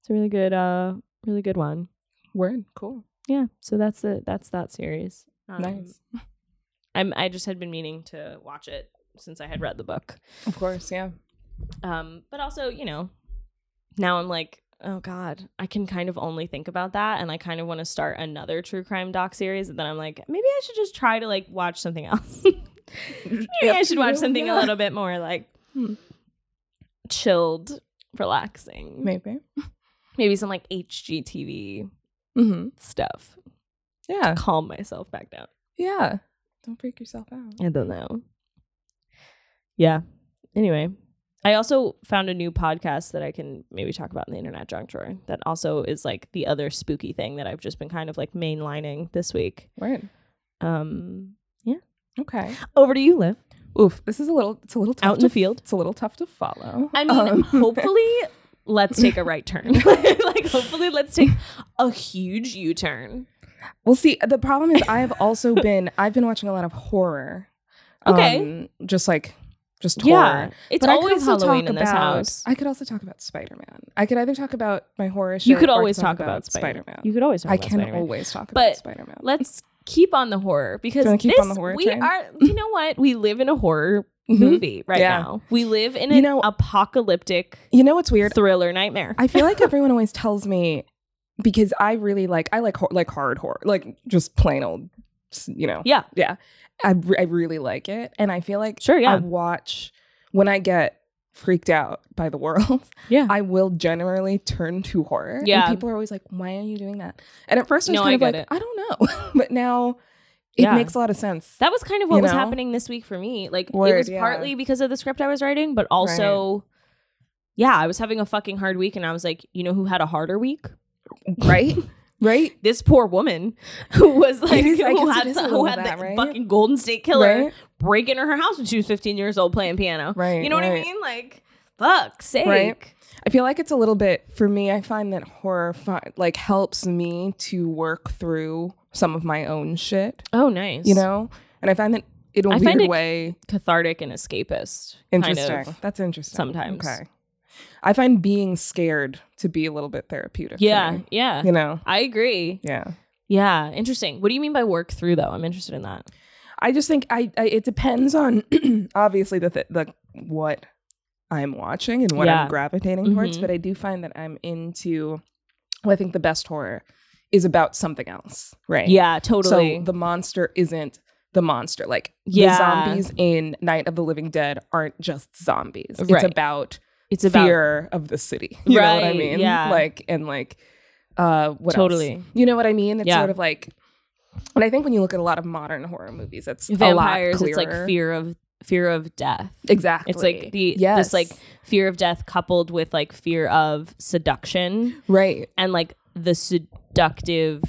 It's a really good uh really good one. Word. Cool. Yeah. So that's the that's that series. Um, Nice. I'm I just had been meaning to watch it since I had read the book. Of course. Yeah. Um but also, you know, now I'm like, oh god, I can kind of only think about that and I kind of want to start another true crime doc series and then I'm like, maybe I should just try to like watch something else. maybe I should watch something a little bit more like Hmm. chilled, relaxing. Maybe. Maybe. some like HGTV Mm-hmm. stuff. Yeah. Calm myself back down. Yeah. Don't freak yourself out. I don't know. Yeah. Anyway, I also found a new podcast that I can maybe talk about in the internet junk drawer that also is like the other spooky thing that I've just been kind of like mainlining this week. Word. Um Okay. over to you, Liv. Oof. This is a little. It's a little tough Out in to the field. It's a little tough to follow. I mean, Um, hopefully let's take a right turn. like hopefully let's take a huge U turn. Well, see, the problem is I have also been I've been watching a lot of horror. Okay. Um, just like just horror. Yeah. It's But I could always also Halloween talk in this about- house. I could also talk about Spider Man. I could either talk about my horror show. You could or I always talk about Spider Spider-Man. Man. You could always talk I about can Spider-Man. always talk But about Spider Man. let's keep on the horror because Do you wanna keep this, on the horror we train? Mm-hmm. are you know what we live in a horror movie right Yeah. now we live in an You know- apocalyptic You know what's weird? thriller nightmare I feel like everyone always tells me because I really like I like hor- like hard horror, like just plain old, s- you know. yeah I re- I really like it, and I feel like sure I yeah watch when I get freaked out by the world. yeah I will generally turn to horror. And Yeah. people are always like, why are you doing that? And at first I was No, kind I of get like, it. I don't know. but now it Yeah. makes a lot of sense. that was kind of what You was know? happening this week for me like it Word, was yeah. partly because of the script i was writing but also yeah i was having a fucking hard week and i was like you know who had a harder week right? Right? this poor woman who was like is- I guess who it had, is a some, who little had bit that, the right? fucking golden state killer Right? break into her house when she was 15 years old playing piano Right, you know what i right. mean like fuck sake Right. I feel like it's a little bit for me, I find that horror fi- like helps me to work through some of my own shit, oh nice you know? And I find that in a I weird find it way cathartic and escapist kind of. interesting. That's interesting. sometimes. Okay. I find being scared to be a little bit therapeutic. for yeah me, yeah You know? i agree Yeah. yeah interesting what do you mean by work through though i'm interested in that I just think I, I it depends on obviously the th- the what I'm watching and what Yeah. I'm gravitating towards, Mhm. but I do find that I'm into. Well, I think the best horror is about something else, right? yeah totally So the monster isn't the monster. Like Yeah. the zombies in Night of the Living Dead aren't just zombies. Right. It's about it's about fear of the city. You know what I Right, mean? yeah. Like and like uh what else? Totally. You know what I mean? It's Yeah. sort of like and I think when you look at a lot of modern horror movies, it's vampires a lot it's like clearer. fear of fear of death Exactly. it's like the this Yes. like fear of death coupled with like fear of seduction right. and like the seductive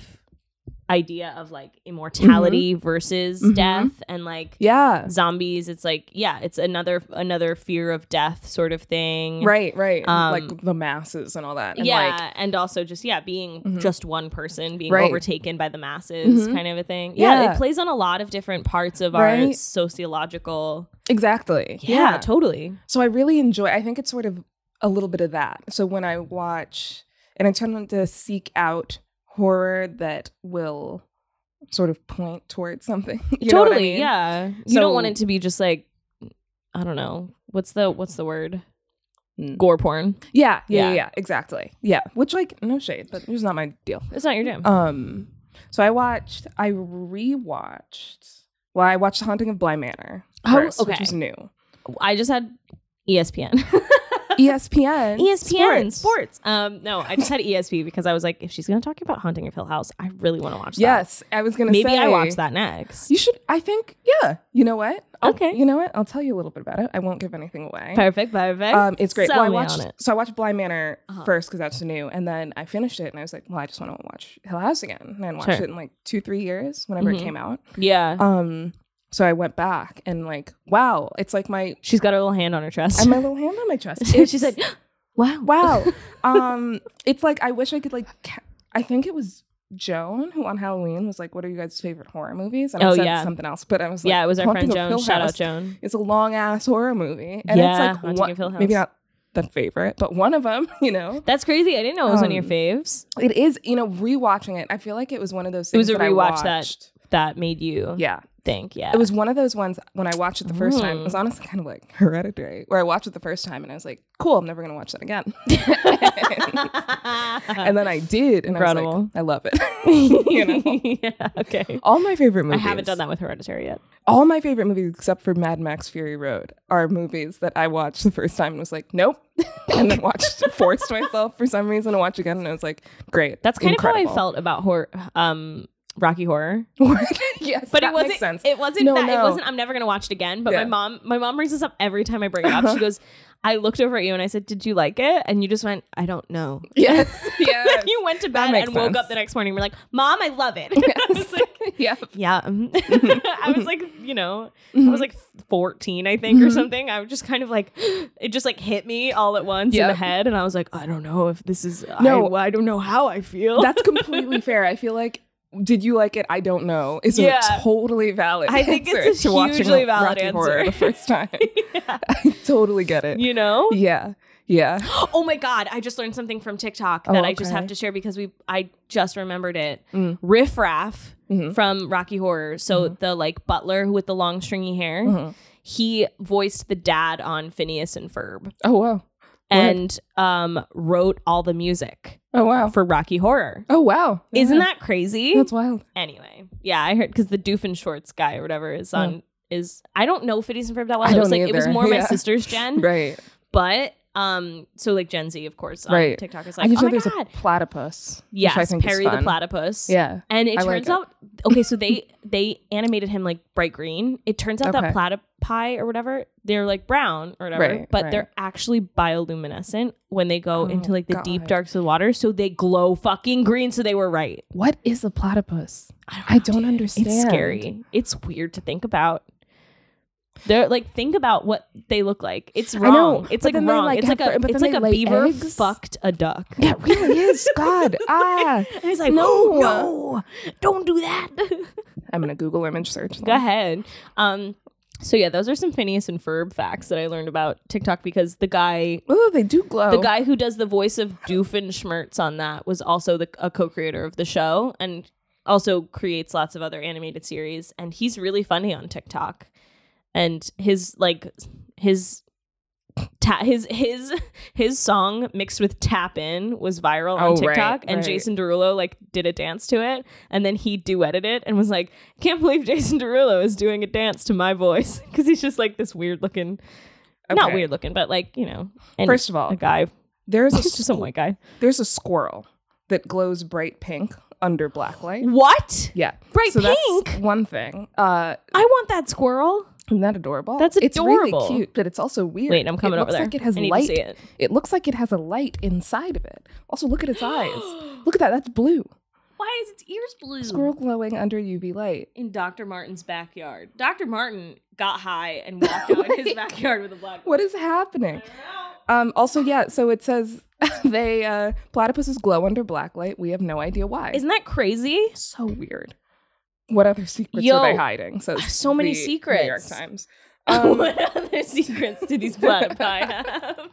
idea of like immortality versus Mhm. death and like Yeah. zombies it's like yeah it's another another fear of death sort of thing Right, right. Um, like the masses and all that. And yeah like and Mm-hmm. also just yeah being Mhm. just one person being Right. overtaken by the masses Mhm. kind of a thing Mm-hmm. yeah, Yeah. it plays on a lot of different parts of our Right. sociological exactly. yeah, totally So I really enjoy I think it's sort of a little bit of that. So when I watch and I tend to seek out horror that will sort of point towards something. You know what I totally, mean? yeah. you don't want So- it to be just like I don't know. What's the what's the word? Mm. Gore porn. Yeah, yeah, Yeah. yeah, yeah, exactly. Yeah, which like no shade, but it was not my deal. It's not your jam. Um, so I watched, I rewatched. Well, I watched The Haunting of Bly Manor, Oh, first, okay. which was new. E I just had E ESPN. ESPN, E ESPN sports. Sports. Um, no, I just had ESP because I was like, if she's gonna talk about Haunting of Hill House, I really want to watch. Yes, I was that. gonna. maybe I say- watch that next. You should. I think. Yeah. You know what? I'll- Okay. You know what? I'll tell you a little bit about it. I won't give anything away. Perfect, perfect. Um, it's great. Sell well, I me watched. on it. So I watched Blind Manor Uh-huh. first because that's new, and then I finished it, and I was like, well, I just want to watch Hill House again, and I watched Sure. it in like two, three years whenever Mhm. it came out. Yeah, Um, so I went back and like, wow, it's like my she's got her little hand on her chest. and my little hand on my chest. she It's- said, "Wow, wow. um, it's like I wish I could like. Ca- I think it was Joan who on Halloween was like, "What are you guys' favorite horror movies?" And Oh, I said yeah. something else, but I was like, yeah." It was our "Haunting friend of Hill Joan. Shout House." out Joan. It's a long ass horror movie, and Yeah, it's like Haunting one, of Hill House. maybe not the favorite, but one of them. You know, That's crazy. I didn't know it was one of your Um, faves it is. You know, rewatching it, I feel like it was one of those. It was things a that I rewatch that- watched. that made you Yeah, think. Yeah, it was one of those ones when I watched it the first time. Mm. It was honestly kind of like hereditary, where I watched it the first time and I was like, "Cool, I'm never gonna watch that again." and then I did, and I was Incredible. like, I love it. you know? yeah, okay. All my favorite I movies. haven't done that with Hereditary yet. All my favorite movies, except for Mad Max Fury Road, are movies that I watched the first time and was like, nope. and then watched, forced myself for some reason to watch again. And I was like, great. That's kind of how I incredible. felt about horror, um, Rocky Horror. yes. But that it wasn't. Makes sense. It wasn't No, that. It no. wasn't. I'm never gonna watch it again. But my Yeah. mom, my mom brings this up every time I bring it up. She goes, "I looked over at you and I said, did you like it?' And you just went, "I don't know." yes. yes. Then you went to bed makes and woke up sense. the next morning. and We're like, "Mom, I love it." I was like, yeah. yeah, mm." I was like, you know, I Mm-hmm. was like 14, I think, or Mhm. something. I was just kind of like, it just like hit me all at once in the Yep. head, and I was like, I don't know if this is. No. I, I don't know how I feel. That's completely fair. I feel like. Did you like it? I don't know. Is Yeah. a totally valid. I think it's answer a to watching hugely valid Rocky Horror answer. the first time. Yeah. I totally get it. you know. Yeah. Yeah. Oh my god, I just learned something from TikTok Oh, that I just okay. have to share because we I just remembered it. Mm. Mm-hmm. Riff Raff Mhm. from Rocky Horror. So the like butler with the long stringy hair, Mhm. he voiced the dad on Phineas and Ferb Oh wow. and um wrote all the music Oh wow. for Rocky Horror. Oh wow. Isn't Yeah. that crazy? That's wild. anyway, yeah, I heard because the Doofenshorts guy or whatever is on is I don't know Phineas and Ferb that well. I it was don't like it was either. more my Yeah. sister's gen, Right. but um so like Gen Z of course on Right. TikTok is I like can oh tell my there's god. a platypus. Yes, which I think is Perry the fun. platypus. Yeah. And it I like turns it. out okay, so they they animated him like bright green. It turns out that Okay. platypi or whatever, they're like brown or whatever, Right, but right. they're actually bioluminescent when they go Oh, into like the deep God. darks of the water, so they glow fucking green, so they were right. What is a platypus? know, I don't dude. understand. It's scary. It's weird to think about. They're like think about what they look like. It's I know, wrong. It's but like then they, wrong. like, it's have like a fr- but it's then like a they lay beaver eggs? fucked a duck. Yeah, it really is. God. Ah. And he's like, "Oh, No. no, don't do that. I'm gonna Google image search. Go ahead. Um, so yeah, those are some Phineas and Ferb facts that I learned about TikTok because the guy, Oh, they do glow. the guy who does the voice of Doofenshmirtz on that was also the, a co-creator of the show and also creates lots of other animated series. And he's really funny on TikTok. And his like his ta- his his his song mixed with tap in was viral on Oh, TikTok right, and right. Jason Derulo like did a dance to it and then he duetted it and was like can't believe Jason Derulo is doing a dance to my voice cuz he's just like this weird looking not Okay. weird looking but like you know and First of all, a guy there's a it's just a white guy there's a squirrel that glows bright pink under black light. what Yeah. Bright so that's pink? one thing. Uh I want that squirrel isn't that adorable? That's adorable. It's really cute, but it's also weird. wait I'm coming it over looks there Like it has I need light. to see it It looks like it has a light inside of it. Also, look at its eyes. Look at that. That's blue. why is its ears blue Squirrel glowing under UV light. in Dr. Martin's backyard. Dr. Martin got high and walked out in his Like- backyard with a black What is happening? I don't know. Um, also, yeah. So it says they uh, platypuses glow under black light. We have no idea why. Isn't that crazy? so weird. What other secrets Yo, are they hiding? So so many the New York secrets. Times. Um, what other secrets do these platypi have?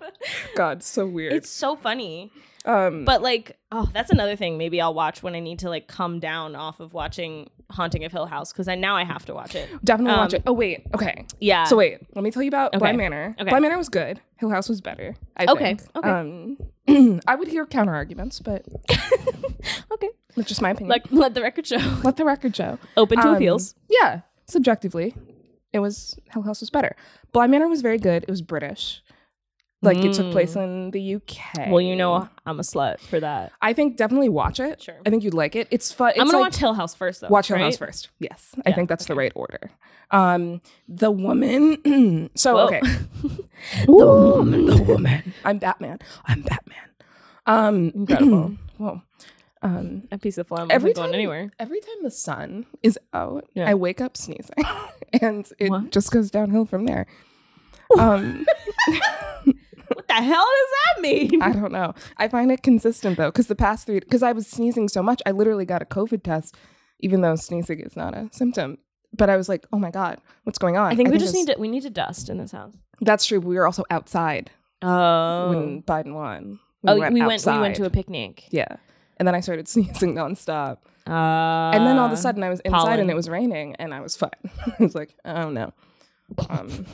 God, so weird. It's so funny. um, But like, oh, that's another thing. Maybe I'll watch when I need to like come down off of watching Haunting of Hill House because I now I have to watch it. definitely watch um, it. Oh wait, okay. Yeah. So wait, let me tell you about Uh, Okay. Bly Manor. Okay. Bly Manor was good. Hill House was better. I Okay. think. Okay. Um, I would hear counter arguments, but okay. that's just my opinion. Like, let the record show. let the record show. Open to Um, appeals. Yeah, subjectively, it was Hill House was better. Bly Manor was very good. It was British. Like it took Mm. place in the UK. Well, you know I'm a slut for that. I think definitely watch it. Sure. I think you'd like it. It's fun. It's I'm gonna like, watch Hill House first though. Watch Hill right? House first. Yes, I Yeah, think that's the right order. Um, the woman. so Whoa. okay, the woman. The woman. I'm Batman. I'm Batman. Um, Incredible. whoa. Um, a piece of phlegm Every isn't going time- anywhere. every time the sun is out, Yeah. I wake up sneezing, and it What? just goes downhill from there. Um, What the hell does that mean? I don't know. I find it consistent though, because the past three, because I was sneezing so much, I literally got a COVID test, even though sneezing is not a symptom. But I was like, oh my god, what's going on? I think we just need to we need to dust in this house. That's true. We were also outside Oh, when Biden won. oh, we went we went to outside. a picnic. yeah, and then I started sneezing nonstop, Uh, and then all of a sudden I was inside pollen. and it was raining, and I was fine. I was like, oh no, um,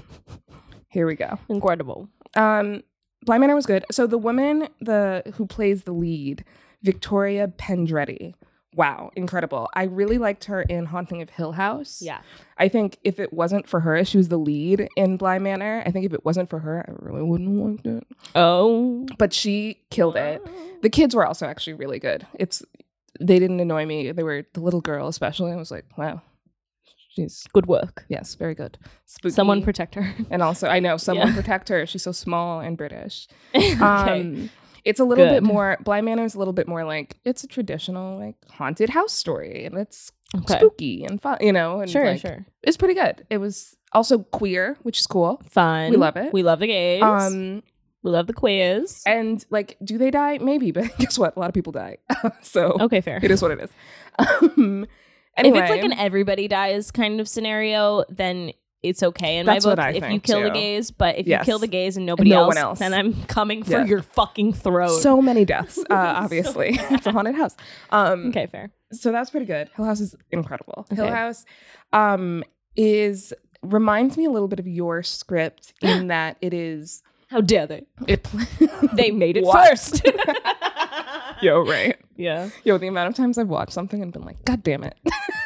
here we go. incredible. Um, Blind Manor was good. So the woman, the who plays the lead, Victoria Pendretti. Wow, incredible! I really liked her in *Haunting of Hill House*. Yeah, I think if it wasn't for her, she was the lead in *Blind Manor*. I think if it wasn't for her, I really wouldn't have liked it. Oh. But she killed it. The kids were also actually really good. It's they didn't annoy me. They were the little girl, especially. I was like, wow, she's Good work. yes, very good. Spooky. Someone protect her. and also I know someone Yeah. protect her. She's so small and British. okay. Um, it's a little Good. bit more. Bly Manor is a little bit more like it's a traditional like haunted house story, and it's okay. spooky and fun. You know, and Sure, like, sure. it's pretty good. It was also queer, which is cool. Fun. we love it. We love the games. Um, we love the quiz. and like, do they die? Maybe, but guess what? A lot of people die, so okay, fair. it is what it is. Um, anyway, if it's like an everybody dies kind of scenario, then it's okay in That's my what book I if you think, kill the too. gays, but if Yes. you kill the gays and nobody no else, one else. then I'm coming for Yeah. your fucking throat. so many deaths, uh, So obviously, it's a haunted house. Um, okay, fair. so that's pretty good. Hill House is incredible. Hill Okay. House um is reminds me a little bit of your script in that it is How dare they? it They made it What? first. yo right yeah. yo the amount of times I've watched something and been like god damn it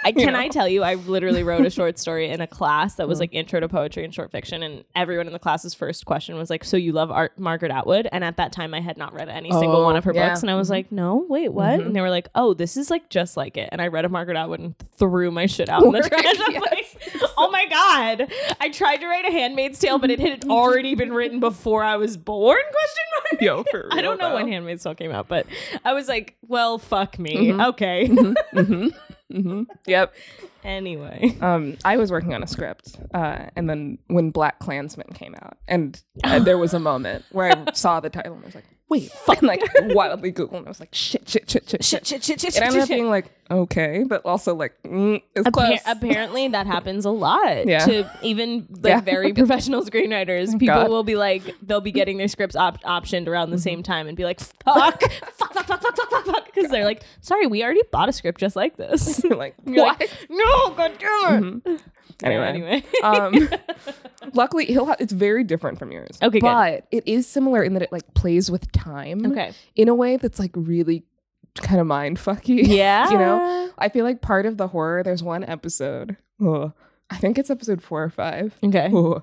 I You can know? I tell you, I literally wrote a short story in a class that was Mm. like intro to poetry and short fiction, and everyone in the class's first question was like, "So you love art Margaret Atwood?" And at that time, I had not read any single Oh, one of her yeah. books, and I was like, "No, wait, what?" Mhm. And they were like, "Oh, this is like just like it." And I read a Margaret Atwood and threw my shit out in the Right, trash. I'm yes. like, "Oh my god!" I tried to write a Handmaid's Tale, but it had already been written before I was born. Question mark. yo for real I don't know when Handmaid's Tale came out, but I was like, "Well, fuck me." Mhm. Okay. mm-hmm. hmm yep anyway. um I was working on a script uh and then when Black Klansman came out and uh, there was a moment where I saw the title and I was like wait fuck like wildly Google and I was like shit shit shit shit shit shit, shit, shit, and I ended up being like okay but also like mm, it's Appa- close apparently, that happens a lot Yeah. to even like Yeah. very professional screenwriters. People God. Mm-hmm. will be like, they'll be getting their scripts op- optioned around the same time and be like, fuck, fuck, fuck, fuck, fuck, fuck, fuck, fuck, because they're like, sorry, we already bought a script just like this. You're like You're what like, no, god damn it. anyway, Mm-hmm. anyway. um luckily hill house it's very different from yours Okay, good. but it is similar in that it like plays with time okay. in a way that's like really kind of mind fucky Yeah. you know i feel like part of the horror there's one episode ugh, i think it's episode four or five Okay. ugh,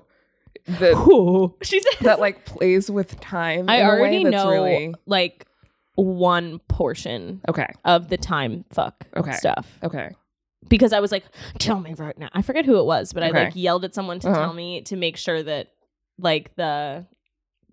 that, She said that like plays with time I in a way already that's know really like one portion okay of the time fuck Okay. stuff. okay because I was like, tell me right now. I forget who it was, but I Okay. like yelled at someone to Uh-huh. tell me to make sure that like the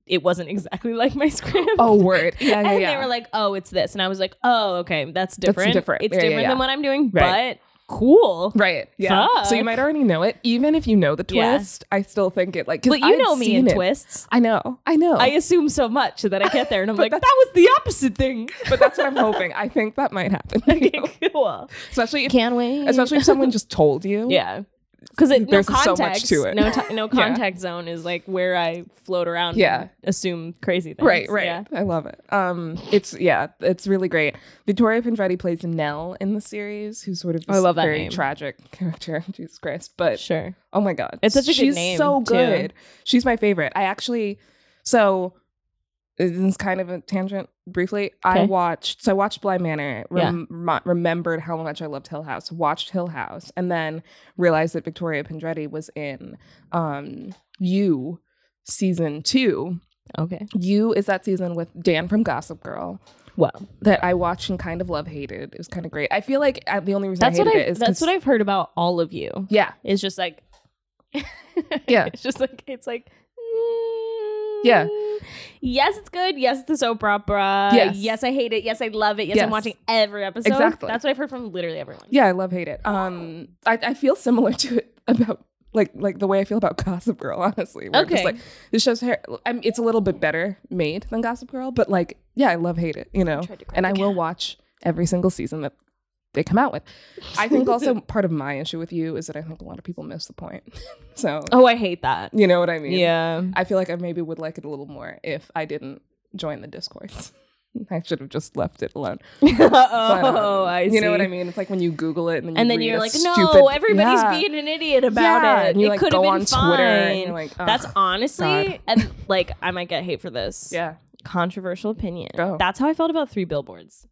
it wasn't exactly like my script. oh word yeah yeah and yeah they were like, oh, it's this. And I was like, oh, okay, that's different. different. It's Yeah, yeah, different yeah. than what I'm doing, Right. but cool. Right. Yeah. So you Fuck. might already know it. Even if you know the Yeah. twist, I still think it like. 'cause But you I'd know me in seen it. twists. I know. I know. I assume so much that I get there and I'm But like, that was the opposite thing. but that's what I'm hoping. I think that might happen. okay, cool. Especially if Can we? especially if someone just told you. yeah. because it There's no so context, much to it. no ti- no contact zone is like where I float around, Yeah. and assume crazy things, Right, right. Yeah. I love it. Um, it's yeah, it's really great. Vittoria Pendrati plays Nell in the series, who's sort of Oh, I this love that very name. tragic character. Jesus Christ! But Sure, Oh my god, It's such a good she's name, So too. good. She's my favorite. I actually so this is kind of a tangent briefly. I Okay. watched so I watched Blind Manor. Rem- remi- remembered how much I loved Hill House. Watched Hill House, and then realized that Victoria Pendretti was in um You season two. okay, You is that season with Dan from Gossip Girl well, that I watched and kind of love hated. It was kind of great. I feel like uh, the only reason that's I what hated I it is that's 'cause- what I've heard about all of you. yeah It's just like, Yeah. it's just like it's like. mm, Yeah. Yes, it's good. Yes, it's the soap opera. Yes. Yes, I hate it. Yes, I love it. Yes, I'm Yes. watching every episode. Exactly. That's what I've heard from literally everyone. Yeah, I love hate it. Um, I, I feel similar to it about like like the way I feel about Gossip Girl. Honestly, where I'm Okay. just like this show's hair. I mean, it's a little bit better made than Gossip Girl, but like, yeah, I love hate it. You know, tried to grab and the I will watch every single season that they come out with. I think also part of my issue with you is that I think a lot of people miss the point. so Oh, I hate that. you know what I mean? Yeah. I feel like I maybe would like it a little more if I didn't join the discourse. I should have just left it alone. But, um, oh, I see. You know what I mean? It's like when you Google it and then you And then read you're a like, no, stupid- everybody's Yeah. being an idiot about Yeah, it. And you it like could go have been on fine. Twitter and you're like, "Ugh." That's honestly, God. and like, I might get hate for this. yeah. Controversial opinion. Go. That's how I felt about three billboards.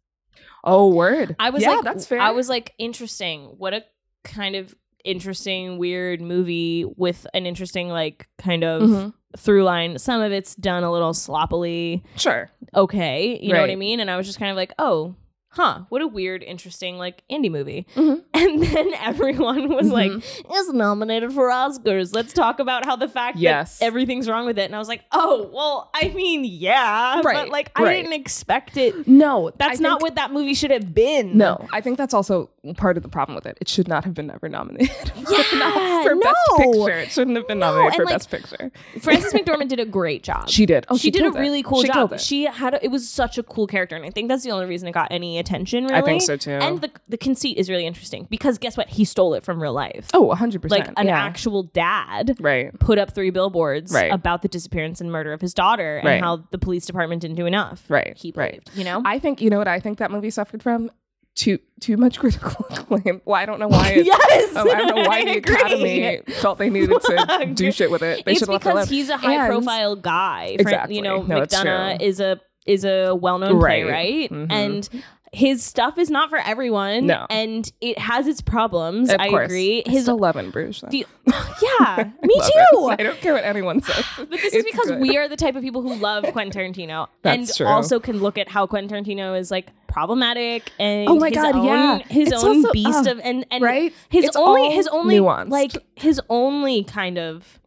Oh, word. I was yeah, like, that's fair. I was like, interesting. What a kind of interesting, weird movie with an interesting, like, kind of Mhm. through line. Some of it's done a little sloppily. sure. okay. You know what I Right. mean? And I was just kind of like, oh, huh, what a weird, interesting, like indie movie. Mhm. And then everyone was Mm-hmm. like, it's nominated for Oscars. Let's talk about how the fact Yes. that everything's wrong with it. And I was like, oh, well, I mean, yeah. But Right, like, I right. didn't expect it. No, That's not what that movie should have been. No, I think that's also part of the problem with it. It should not have been ever nominated for, an Yeah, Oscar for best no. picture. It shouldn't have been nominated and, for like- best picture. Frances McDormand did a great job. She did. Oh, she, did a killed it. really cool she job. Killed it. She had a, it was such a cool character, and I think that's the only reason it got any attention. Really, I think so, too. And the the conceit is really interesting because guess what? He stole it from real life. oh, 100%. like an yeah. actual dad Right. put up three billboards Right. about the disappearance and murder of his daughter and Right. how the police department didn't do enough. Right, He right. believed, you know? I think, you know what I think that movie suffered from? Too too much critical acclaim. Well, I don't know why it yes. Oh, I don't know why I the agree. Academy felt they needed to Fuck. do shit with it. They it's should have left it alone. because he's a high And- profile guy. Fran- Exactly. You know, No, it's McDonough true. is a is a well known Right. playwright, Mhm. and his stuff is not for everyone. No. and it has its problems. Of I course. agree. I His still love it in Bruges. though. the, yeah, me Love it. too. I don't care what anyone says. But this is It's because good. we are the type of people who love Quentin Tarantino and That's true. also can look at how Quentin Tarantino is like problematic and Oh my his God, own, yeah. his It's own also- beast ah, of and and right? his It's only all his only nuanced. like his only kind of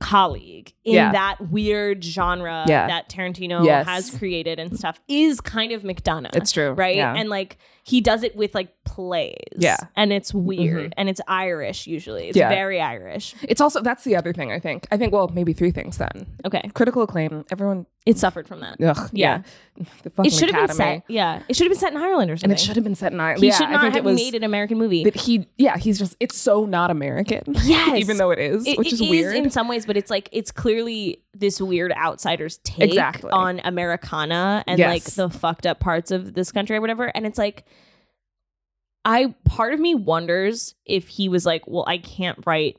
colleague in Yeah. that weird genre Yeah. that Tarantino Yes. has created and stuff is kind of McDonough. It's true, Right? yeah. And like he does it with like plays. Yeah. Mm-hmm. And it's weird. And it's Irish usually. It's Yeah. very Irish. It's also that's the other thing I think. I think well maybe three things then. Okay. Critical acclaim. Everyone. It suffered from that. Ugh. Yeah. Yeah. The fucking it should have Academy. been set. Yeah, it should have been set in Ireland or something. And it should have been set in Ireland. He yeah, should I not think have it was, made an American movie. But he, yeah, he's just. It's so not American. Yes. even though it is, It- which it is weird. in some ways, but it's like it's clearly this weird outsider's take Exactly. on Americana and like Yes. the fucked up parts of this country or whatever. And it's like, I part of me wonders if he was like, well, I can't write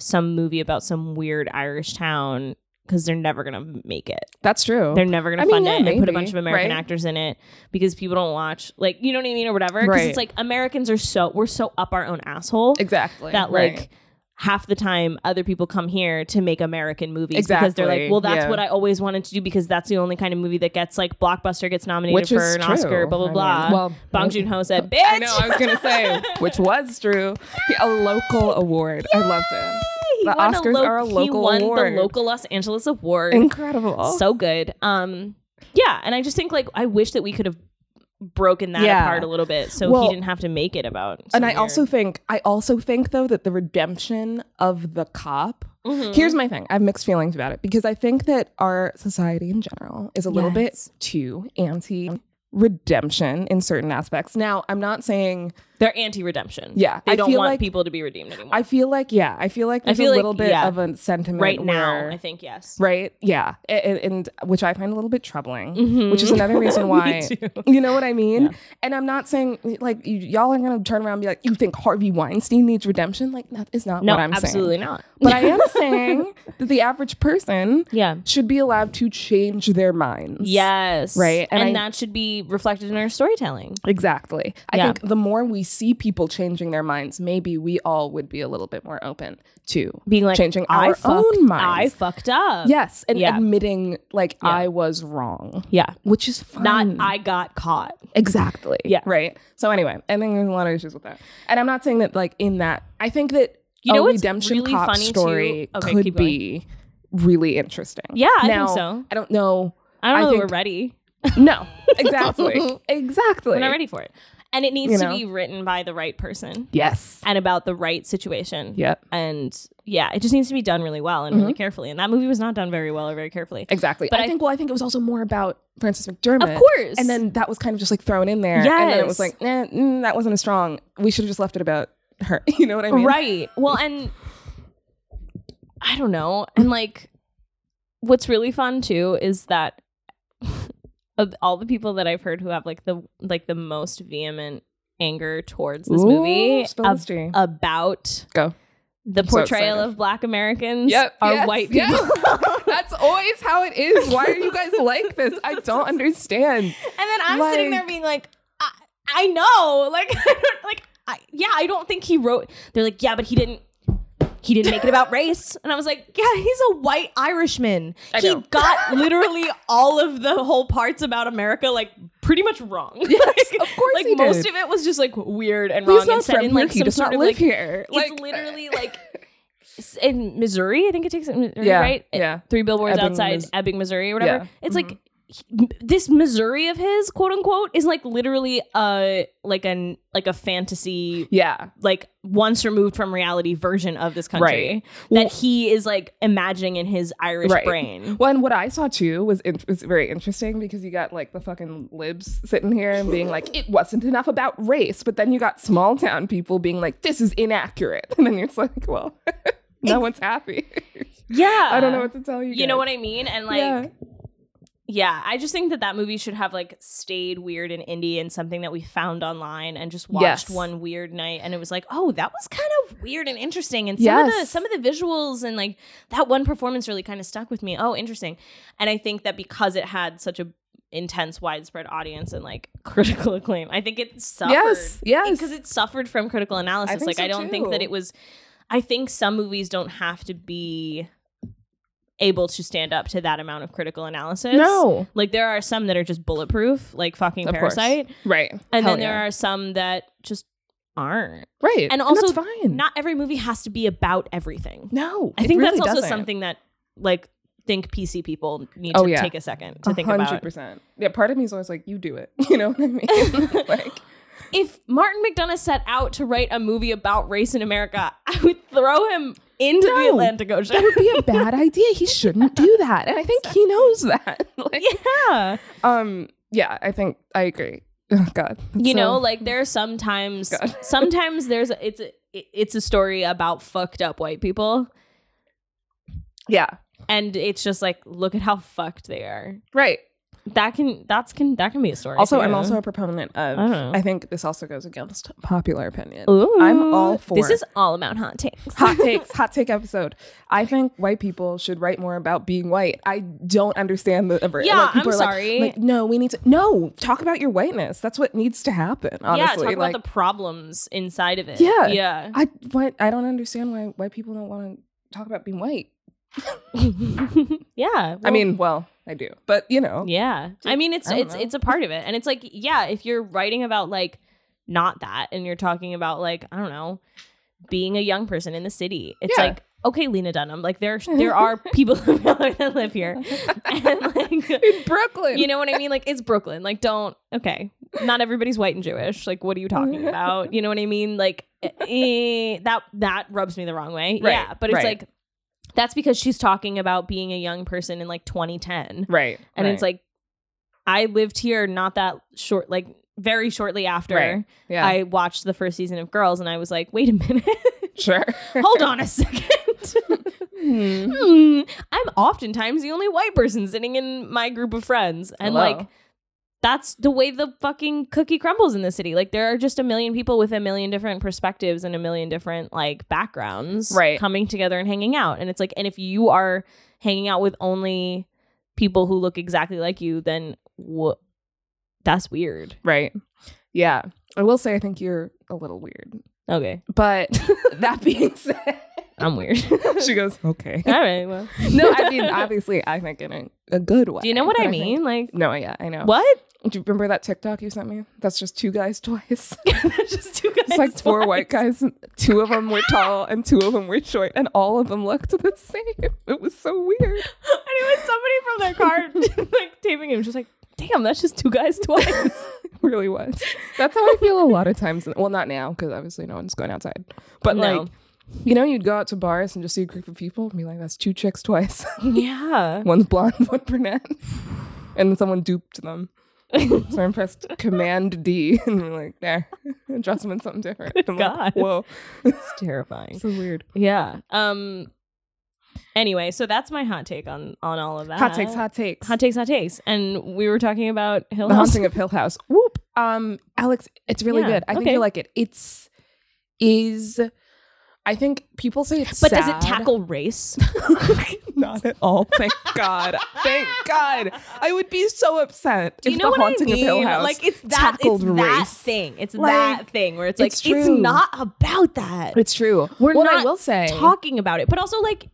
some movie about some weird Irish town because they're never gonna make it. that's true. They're never going I to mean, fund yeah, it and put a maybe, bunch of American right? actors in it because people don't watch, like, you know what I mean, or whatever. Because Right. it's like Americans are so, we're so up our own asshole exactly that, right. like, half the time other people come here to make American movies because they're like, Exactly, well, that's yeah. what I always wanted to do because that's the only kind of movie that gets, like, Blockbuster gets nominated which for is an true. Oscar, blah, blah, I blah. mean, well, Bong Joon Ho said, bitch. I know. I was gonna say, which was true. A local award. I loved it. He The won Oscars lo- are a He local won award. the local Los Angeles award. Incredible. so good. Um, yeah, and I just think like I wish that we could have broken that Yeah. apart a little bit so he Well- didn't have to make it about. some and I weird- also think I also think though that the redemption of the cop. Mhm. Here's my thing. I have mixed feelings about it because I think that our society in general is a little bit Yes. too anti redemption in certain aspects. Now, I'm not saying They're anti-redemption. Yeah, They I don't feel want like- people to be redeemed anymore. I feel like yeah, I feel like I there's feel a like, little bit yeah, of a sentiment right now, where- I think yes. right? Yeah, and, and which I find a little bit troubling, which is Mhm. another reason Me why. too. You know what I mean? Yeah. And I'm not saying like you, y'all are gonna turn around and be like, you think Harvey Weinstein needs redemption? Like that is not No, what I'm saying. absolutely not. But I am saying that the average person yeah. should be allowed to change their minds. Yes. Right, And, and I- that should be reflected in our storytelling. Exactly. I Yeah. think the more we see people changing their minds, maybe we all would be a little bit more open to Being like changing I our fucked, own I minds. fucked up. yes, and Yeah. admitting like Yeah. I was wrong, Yeah. which is fine. Not I got caught. Exactly. Yeah. Right. So anyway, I think there's a lot of issues with that, and I'm not saying that like in that. I think that You know a what's redemption really cop funny too- story Okay, keep could going. be really interesting. Yeah, I Now, think so. I don't know. I don't I know that think- we're ready. No. Exactly. exactly. We're not ready for it. And it needs You to know? be written by the right person Yes. and about the right situation. Yep. And yeah, it just needs to be done really well and really carefully. And that movie was not done very well or very carefully. Exactly. But Mm-hmm. I, I- think well, I think it was also more about Francis McDermott. Of course. And then that was kind of just like thrown in there. And then it Yes. was like, eh, mm, that wasn't as strong. We should have just left it about her. You know what I mean? Right. Well, and I don't know. And like, what's really fun too is that of all the people that I've heard who have like the like the most vehement anger towards this Ooh, movie spill ab- this tea. about Go. the so portrayal excited. of Black Americans are yes, white people. yes. That's always how it is. Why are you guys like this? I don't understand. And then I'm sitting there Like- being like, I, I know, like, like, I, yeah, I don't think he wrote. They're like, yeah, but he didn't. He didn't make it about race, and I was like, "Yeah, he's a white Irishman. I he know. got literally all of the whole parts about America like pretty much wrong. like, of course like he most did. of it was just like weird and wrong He's not and set from in here. like He some does sort not of live like here. Like, it's literally like s- in Missouri. I think it takes it, Missouri, Yeah, right? yeah. three billboards Ebbing, outside Mis- Ebbing, Missouri, or whatever. Yeah. Mm-hmm. It's like he- m- this Missouri of his, quote unquote, is like literally a like an like a fantasy, yeah. like once removed from reality version of this country Right. that he is like imagining in his Irish Right. brain. Well, and what I saw too was in- was very interesting because you got like the fucking libs sitting here and being like, it wasn't enough about race, but then you got small town people being like, this is inaccurate, and then you're just like, well, no one's happy. Yeah, I don't know what to tell you. Uh, you know what I mean, and like. Yeah. I just think that that movie should have like stayed weird and indie and something that we found online and just watched Yes. one weird night and it was like, oh, that was kind of weird and interesting. And some of the Yes. some of the visuals and like that one performance really kind of stuck with me. Oh, interesting. And I think that because it had such a intense, widespread audience and like critical acclaim, I think it suffered. Yes, yes. because it suffered from critical analysis. think like so, I don't think that too. it was. I think some movies don't have to be able to stand up to that amount of critical analysis. No. Like there are some that are just bulletproof, like fucking Of course. parasite. Right. And then there are some that just aren't. are right, and also that's fine. Not every movie has to be about everything. no, I Mm. it think really that's also doesn't. something that like think PC people need Oh, to yeah. take a second to A think hundred about. percent. Yeah, part of me is always like, you do it. You know what I mean? like, If Martin McDonough set out to write a movie about race in America, I would throw him into the No. Atlantic Ocean. that would be a bad idea. He shouldn't do that, and I think he knows that. like, yeah. Um. Yeah, I think I agree. Oh, God, you So- know like there are sometimes God. sometimes there's a, it's a it's a story about fucked up white people Yeah. and it's just like look at how fucked they are Right. that can that's can that can be a story Also, I'm too. also a proponent of. I don't know. I, think this also goes against popular opinion. Ooh. I'm all for this is all about hot takes hot takes, hot take episode. I think white people should write more about being white. I don't understand the. Ever, Yeah, like, people I'm are like- sorry. Like, no, we need to. No, talk about your whiteness. That's what needs to happen. Honestly, yeah talk like, about the problems inside of it Yeah. yeah I what I don't understand why white people don't want to talk about being white. yeah I well- mean, well, I do, but you know, Yeah. I mean it's Oh, I don't it's know. it's a part of it. And it's like, yeah, if you're writing about like not that and you're talking about like, I don't know, being a young person in the city. It's Yeah. like, okay, Lena Dunham, like there there are people of color that live here. And like in Brooklyn, you know what I mean? Like it's Brooklyn. Like don't okay. Not everybody's white and Jewish. Like what are you talking about? You know what I mean? Like eh, that that rubs me the wrong way. Right, yeah, but it's right. like that's because she's talking about being a young person in like 2010 right? and it's like i lived here not that short like very shortly after Right. Yeah. I watched the first season of Girls, and I was like, wait a minute, sure. hold on a second. Hmm. Hmm, I'm oftentimes the only white person sitting in my group of friends, and Hello. like that's the way the fucking cookie crumbles in the city. Like there are just a million people with a million different perspectives and a million different like backgrounds Right. coming together and hanging out. And it's like and if you are hanging out with only people who look exactly like you, then what that's weird. Right. Yeah. I will say I think you're a little weird. Okay. But that being said, I'm weird. she goes, okay. All right. Well. No, I mean, obviously, I think in a, a good way. Do you know what but I think- mean? Like no, yeah, I know. what? Do you remember that TikTok you sent me? That's just two guys twice. just two guys. It's like four white twice. guys. and Two of them were tall and two of them were short, and all of them looked the same. It was so weird. And it was somebody from their car, like taping him, just like, damn, that's just two guys twice. It really was. That's how I feel a lot of times. Well, not now because obviously no one's going outside. But No. like, you know, you'd go out to bars and just see a group of people and be like, "That's two chicks twice. yeah. One's blonde, one brunette." And then someone duped them. So I pressed Command D and we're like, there, draw someone something different. I'm God. like, whoa, It's terrifying. so weird. Yeah. Um anyway, so that's my hot take on on all of that. Hot takes, Uh, hot takes. Hot takes, hot takes. And we were talking about Hill The House. Haunting of Hill House. Whoop. Um, Alex, it's really Yeah, good. I think okay. you'll like it. It's is I think people say it's But does sad. it tackle race? Not at all. Thank God. Thank God. I would be so upset Do you if know the what I haunting mean? of Hill House like it's that it's tackled that race. thing. It's Like, that thing where it's like it's it's true. not about that. It's true. We're what not I will say. talking about it. But also like,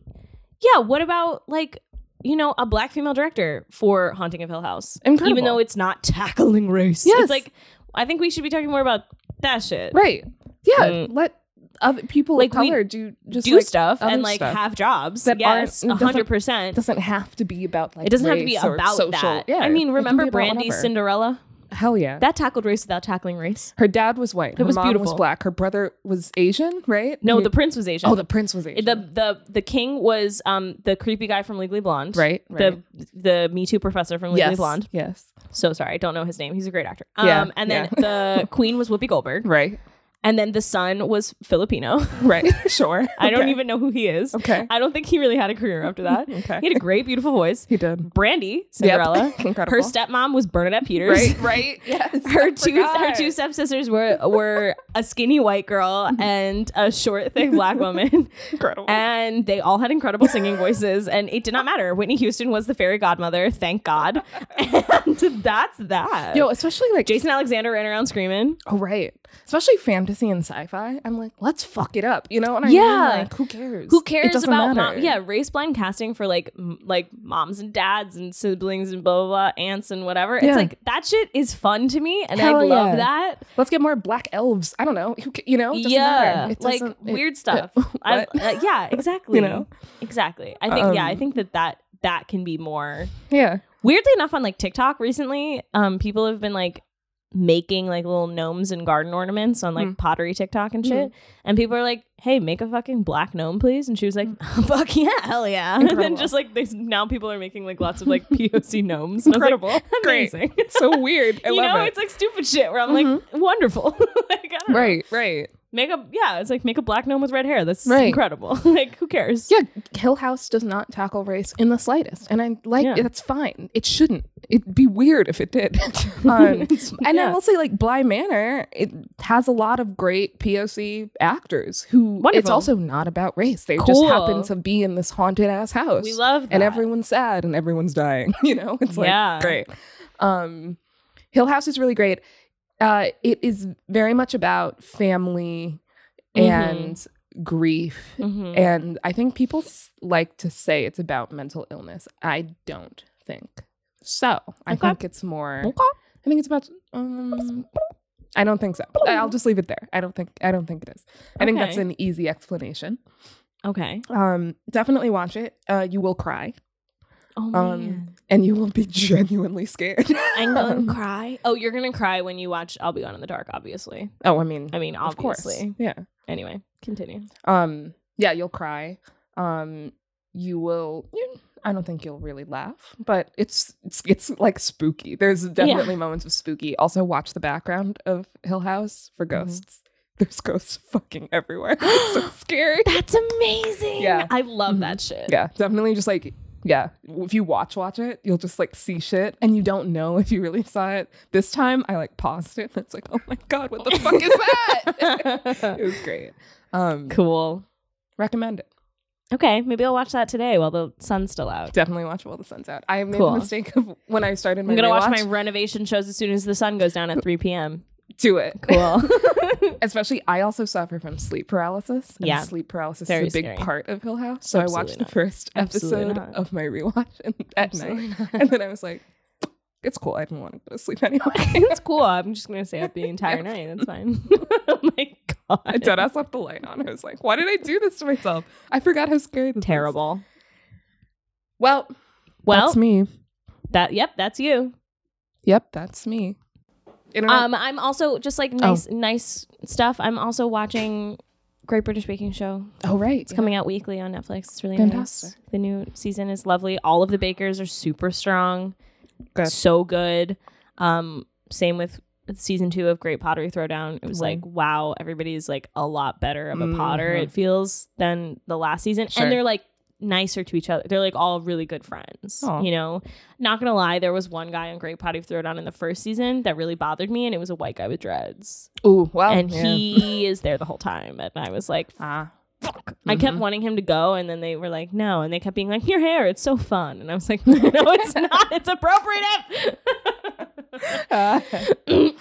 yeah, what about like, you know, a black female director for Haunting of Hill House? Even Incredible. though it's not tackling race. Yes. It's like I think we should be talking more about that shit. right. Yeah. Mm. Let other people Like, of we color do just Do like, stuff other and like stuff. have jobs. that aren't- yes, it doesn't- hundred percent. doesn't have to be about like It doesn't have to be race or about social. that. Yeah. I it mean, can remember be about Brandy's whatever. Cinderella? Hell yeah. That tackled race without tackling race. Her dad was white. Her was mom beautiful. was black. Her brother was Asian, right? No, He- the prince was Asian. oh, the prince was Asian. the the the king was um the creepy guy from Legally Blonde. right, right. The the Me Too professor from Legally yes, Blonde. Yes, So sorry, I don't know his name. He's a great actor. Um, Yeah, and then the queen was Whoopi Goldberg, right, and then the son was Filipino. right. sure. I don't Okay. even know who he is. Okay. I don't think he really had a career after that. Okay. He had a great, beautiful voice. He did. Brandy Cinderella, Incredible. her stepmom was Bernadette Peters. Right, right. Yes. Her I two her forgot. two stepsisters were were a skinny white girl and a short, thick black woman. Incredible. and they all had incredible singing voices and it did not matter whitney houston was the fairy godmother thank god and that's that Yo, especially like jason alexander ran around screaming Oh, right. Especially fantasy and sci-fi. I'm like, let's fuck it up. You know what I Yeah. mean? Like, who cares? who It cares doesn't about mom matter. yeah race blind casting for like m- like moms and dads and siblings and blah blah, blah aunts and whatever Yeah. it's like that shit is fun to me and i Hell love yeah. that Let's get more black elves. I don't know. Who, ca- you know? It doesn't yeah matter. It like doesn't- it- weird stuff I, What? uh, yeah exactly know? exactly i think yeah i Um, think that that that can be more Yeah. weirdly enough on like tiktok recently um people have been like making like little gnomes and garden ornaments on like Mm. pottery tiktok and Hmm. shit and people are like hey make a fucking black gnome please and she was like fuck yeah hell yeah and then Hmm. Incredible. just like there's now people are making like lots of like poc gnomes And I was like, Incredible. Great. amazing so weird. I you love know it. Mm-hmm. it's like stupid shit where i'm like wonderful like I don't right, right. know. make a yeah it's like make a black gnome with red hair that's Right. incredible like who cares Yeah, Hill House does not tackle race in the slightest, and I like Yeah. that's fine. It shouldn't. It'd be weird if it did. um, and yeah. I will say, like Bly Manor, it has a lot of great POC actors who it's Wonderful. also not about race. They Cool. just happen to be in this haunted ass house. we love that. and everyone's sad and everyone's dying. You know, it's like Yeah. great. Um, Hill House is really great. Uh, it is very much about family Mhm. and grief Mhm. and I think people s- like to say it's about mental illness. I don't think so. I Okay. think it's more. Okay. I think it's about. Um, I don't think so. I- I'll just leave it there. I don't think. I don't think it is. I think that's Okay. an easy explanation. okay Um, definitely watch it. Uh, you will cry, oh um, man and you will be genuinely scared. I'm Um, going to cry. Oh, you're going to cry when you watch I'll Be Gone in the Dark, obviously. oh, I mean, I mean, of course, obviously. yeah. Anyway, continue. Um, yeah, you'll cry. Um, you will. you- I don't think you'll really laugh, but it's it's it's like spooky. There's definitely moments of spooky. Also, watch the background of Hill House for ghosts. There's ghosts fucking everywhere. It's so scary. That's amazing. Yeah. I love Mhm. that shit. Yeah, definitely. Just like yeah, if you watch watch it, you'll just like see shit, and you don't know if you really saw it. This time, I like paused it, and it's like, oh my god, what the fuck is that? it was great. Um, cool. recommend it. Okay, maybe I'll watch that today while the sun's still out. Definitely watch while the sun's out. I made Cool. the mistake of when I started my I'm gonna watch my rewatch, renovation shows as soon as the sun goes down at 3 p.m. do it. Cool. Especially, I also suffer from sleep paralysis. and Yeah. sleep paralysis Very is a big scary. part of Hill House. So I Absolutely watched not. the first Absolutely episode not. of my rewatch and, at Absolutely night, not. and then I was like, "It's cool. I didn't want to go to sleep anyway." it's cool. I'm just gonna stay up the entire night. That's fine. oh my god. I dead ass left the light on. I was like, "Why did I do this to myself? I forgot how scary this was." Terrible. Well, Well, that's me. that yep, that's you. Yep, that's me. Internet- Um, I'm also just like nice, nice stuff. I'm also watching Great British Baking Show. oh right, It's coming out weekly on Netflix. It's really Fantastic. nice. The new season is lovely. All of the bakers are super strong. Good. So good. Um, same with season two of Great Pottery Throwdown. It was Right. like, wow, everybody's like a lot better of a potter, Mhm. it feels, than the last season. Sure. And they're like nicer to each other. They're like all really good friends. Aw. You know? Not gonna lie, there was one guy on Great Pottery Throwdown in the first season that really bothered me, and it was a white guy with dreads. Ooh, well, and Oh, yeah. he is there the whole time. And I was like, ah, I kept Mhm. wanting him to go, and then they were like, "No," and they kept being like, "Your hair, it's so fun," and I was like, "No, it's not. It's appropriative."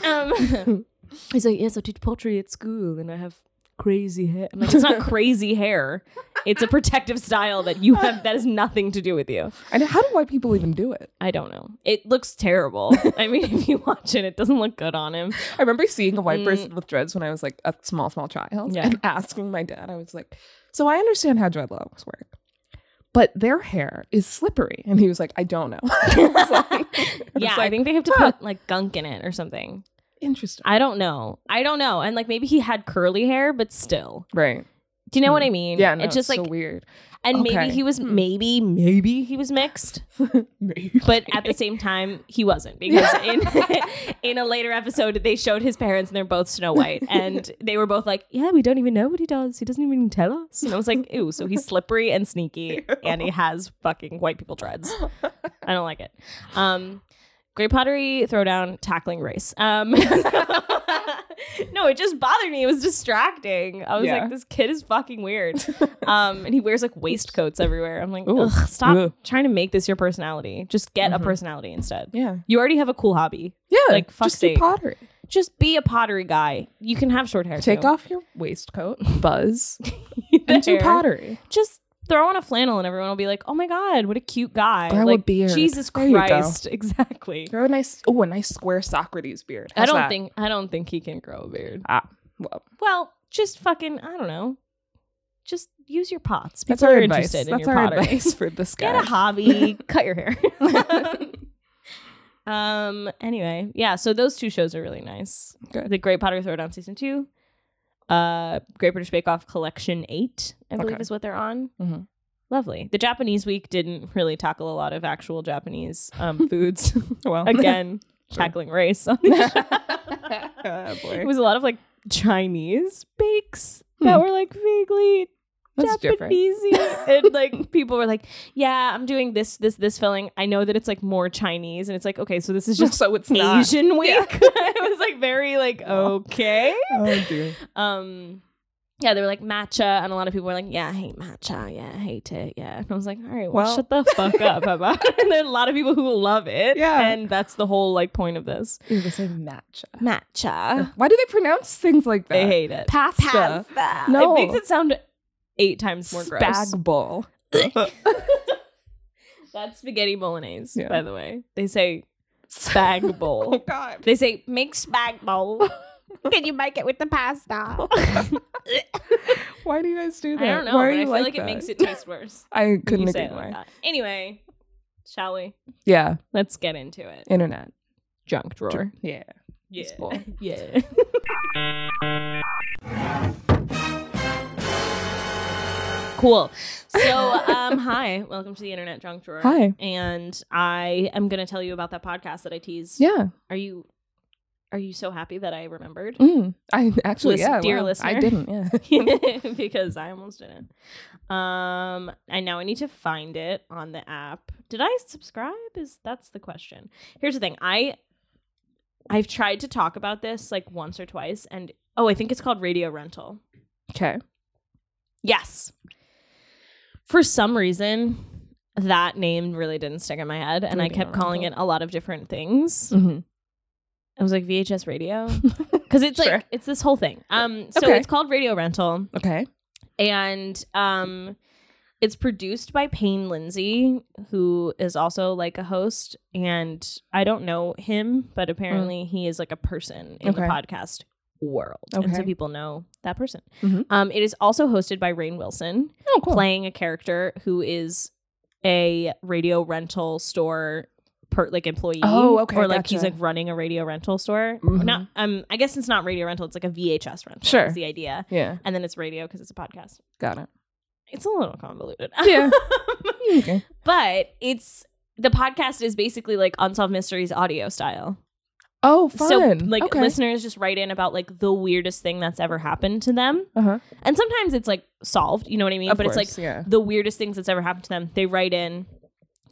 um, Uh. he's like, "Yes, I teach poetry at school, and I have crazy hair." I'm like, "It's not crazy hair. It's a protective style that you have. That has nothing to do with you." and how do white people even do it? I don't know. It looks terrible. I mean, if you watch it, it doesn't look good on him. I remember seeing a white Mm. person with dreads when I was like a small, small child Yeah. and asking my dad, I was like, So I understand how dreadlocks work, but their hair is slippery. And he was like, I don't know. It's like- it's Yeah, I like, think they have to huh. put like gunk in it or something. Interesting. I don't know. I don't know. And like maybe he had curly hair, but still. Right. Do you know what Hmm. I mean? Yeah. No, it's just like, so weird. and okay. maybe he was, Hmm. maybe, maybe he was mixed, but at the same time, he wasn't because in in a later episode, they showed his parents and they're both Snow White, and they were both like, "Yeah, we don't even know what he does. He doesn't even tell us." And I was like, "Ew!" So he's slippery and sneaky, and he has fucking white people dreads. I don't like it. Um, Great pottery throwdown tackling race. Um, no, it just bothered me. It was distracting. I was Yeah. like, this kid is fucking weird. Um, and he wears like waistcoats everywhere. I'm like, Ooh. Ugh, stop Ugh. trying to make this your personality. Just get Mhm. a personality instead. yeah. You already have a cool hobby. Yeah. Like, fuck's just do sake. pottery. Just be a pottery guy. You can have short hair. Take too. off your waistcoat, buzz, The and do hair. pottery. Just throw on a flannel, and everyone will be like, "Oh my god, what a cute guy!" Grow a like, beard. Jesus There you go. Christ, exactly. Grow a nice, oh, a nice square Socrates beard. I How's don't that? Ah, think I don't think he can grow a beard. Well, Well, just fucking, I don't know. Just use your pots. People that's our are advice. interested That's in your our pottery. advice for this guy. Get a hobby, cut your hair. um. Anyway, yeah. So those two shows are really nice. Good. The Great Pottery Throwdown season two, uh, Great British Bake Off collection eight, I believe Okay. is what they're on. Mhm. Lovely. The Japanese week didn't really tackle a lot of actual Japanese um, foods. well, Again, Sure. tackling race. on the show. Ah, boy. It was a lot of like Chinese bakes that Hmm. were like vaguely That's different. Japanese. and like people were like, "Yeah, I'm doing this, this, this filling. I know that it's like more Chinese, and it's like, okay, so this is just so it's Asian week." Yeah. it was like very like okay. Oh dear. Um, yeah, they were like matcha, and a lot of people were like, "Yeah, I hate matcha. Yeah, I hate it. Yeah." And I was like, "All right, well, Well- shut the fuck up about." and there are a lot of people who love it. Yeah. and that's the whole like point of this Ooh, they say matcha. matcha. Why do they pronounce things like that? They hate it. pasta. No. No. It makes it sound eight times more gross. Spag bowl. That's spaghetti bolognese, Yeah. by the way. They say spag Oh bowl. God. they say make spag bowl. Can you make it with the pasta? Why do you guys do that? I don't know, Why but are I you feel like, like it that? makes it taste worse. I when couldn't you say agree it like more. that. Anyway, shall we? Yeah. Let's get into it. Internet. Junk drawer. Yeah. Yeah. It's cool. yeah. cool. So, um, hi, welcome to the Internet Junk Drawer. Hi. and I am going to tell you about that podcast that I teased. yeah. Are you are you so happy that I remembered? Mm. I actually, Listen- yeah, dear wow. I listener. didn't. Yeah. because I almost didn't. Um, and now I need to find it on the app. Did I subscribe? Is that's the question. Here's the thing. I I've tried to talk about this like once or twice and oh, I think it's called Radio Rental. Okay. Yes. For some reason, that name really didn't stick in my head and I Radio kept calling it Rental. a lot of different things. hmm I was like VHS radio because it's Sure. like it's this whole thing. Um so Okay. it's called Radio Rental. Okay. and um it's produced by Payne Lindsay, who is also like a host, and I don't know him, but apparently he is like a person in the Mm. Okay. podcast world, and so Okay. people know that person. Mhm. Um, it is also hosted by Rain Wilson, Oh, cool. playing a character who is a radio rental store per like employee. Oh, okay, Or like he's gotcha. like running a radio rental store. Mhm. Not um, I guess it's not radio rental. It's like a VHS rental. Sure. is the idea, Yeah. and then it's radio because it's a podcast. Got it. It's a little convoluted. Yeah. Mm, Okay. but it's the podcast is basically like unsolved mysteries audio style. Oh, fun. So like okay. listeners just write in about like the weirdest thing that's ever happened to them. Uh-huh. And sometimes it's like solved, you know what I mean? Of but it's like course, yeah. the weirdest things that's ever happened to them. They write in,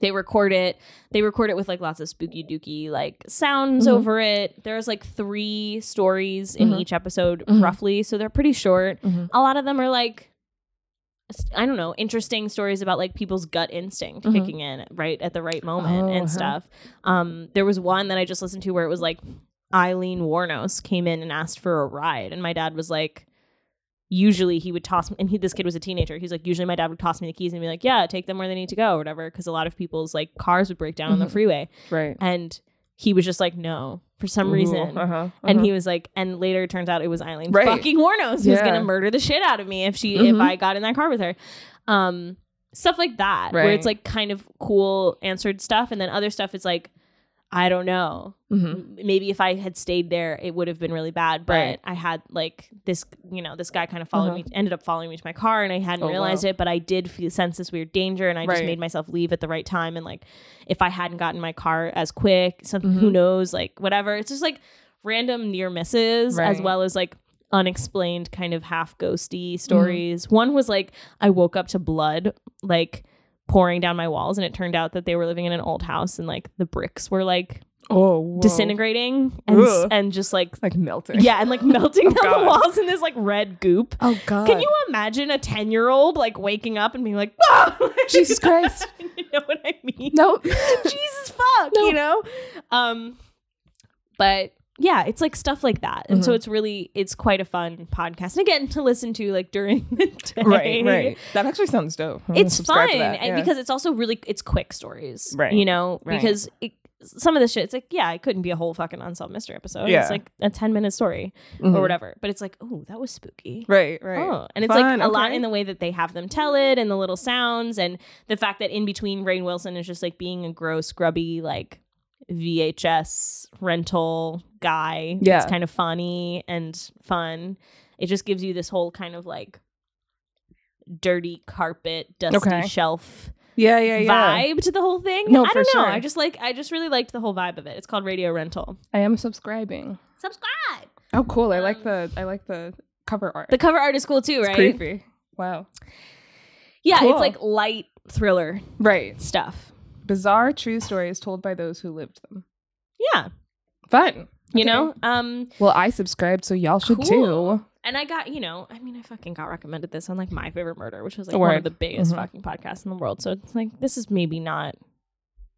they record it, they record it with like lots of spooky dooky like sounds Mhm. over it. There's like three stories in Mhm. each episode, Mhm. roughly. So they're pretty short. Mhm. A lot of them are like, s- I don't know, interesting stories about like people's gut instinct Mhm. kicking in right at the right moment Oh, and uh-huh. stuff. Um, there was one that I just listened to where it was like Eileen Warnos came in and asked for a ride, and my dad was like, usually he would toss me and he this kid was a teenager he's like usually my dad would toss me the keys and be like yeah take them where they need to go or whatever because a lot of people's like cars would break down on the Mhm. freeway Right. and he was just like no for some Ooh, reason uh-huh, uh-huh. and he was like and later it turns out it was eileen Right. fucking warnos who's Yeah. gonna murder the shit out of me if she if Mhm. i got in that car with her um stuff like that where it's Right. like kind of cool answered stuff and then other stuff is like i don't know Mhm. M- maybe if I had stayed there, it would have been really bad. But Right. I had like this, you know, this guy kind of followed Uh-huh. me, ended up following me to my car, and I hadn't Oh, realized wow. it. But I did feel, sense this weird danger, and I just Right. made myself leave at the right time. And like, if I hadn't gotten my car as quick, something who Mhm. knows, like whatever. It's just like random near misses as Right. Mm-hmm. well as like unexplained kind of half ghosty stories. One was like I woke up to blood, like pouring down my walls and it turned out that they were living in an old house and like the bricks were like Oh, whoa. disintegrating and s- Ugh. and just like Like melting. yeah and like melting Oh, down God. the walls in this like red goop. Oh God. Can you imagine a ten year old like waking up and being like, "Ah!" Jesus Christ. you know what I mean? Nope. Jesus fuck, No. you know? Um but yeah, it's like stuff like that. And so Mhm. it's really it's quite a fun podcast. And again, to listen to like during the day. right. Right. That actually sounds dope. I'm gonna It's fun Mm-hmm. subscribe to that, and yeah. because it's also really it's quick stories. Right, You know, right. because it, some of this shit, it's like, yeah, it couldn't be a whole fucking unsolved mystery episode. Yeah. It's like a 10 minute story Mhm. or whatever. But it's like, oh, that was spooky. Right. Right. Oh, and it's Fun, like a lot okay. in the way that they have them tell it and the little sounds and the fact that in between Rain Wilson is just like being a gross, grubby, like VHS rental guy. Yeah. It's kind of funny and fun. It just gives you this whole kind of like dirty carpet, dusty Okay. shelf Yeah. Yeah. Yeah. vibe to the whole thing. No, I for don't know. sure. I just like I just really liked the whole vibe of it. It's called Radio Rental. I am subscribing. Subscribe. Oh, cool. I like Um, the I like the cover art. The cover art is cool too, it's right? creepy. Wow. Yeah, Cool. it's like light thriller Right. stuff. Bizarre true stories told by those who lived them. Yeah, Fun. you Okay. know. Um, Well, I subscribed, so y'all should Cool. too. and I got you know, I mean, I fucking got recommended this on like my favorite murder, which was like Word. one of the biggest Mhm. fucking podcasts in the world. So it's like this is maybe not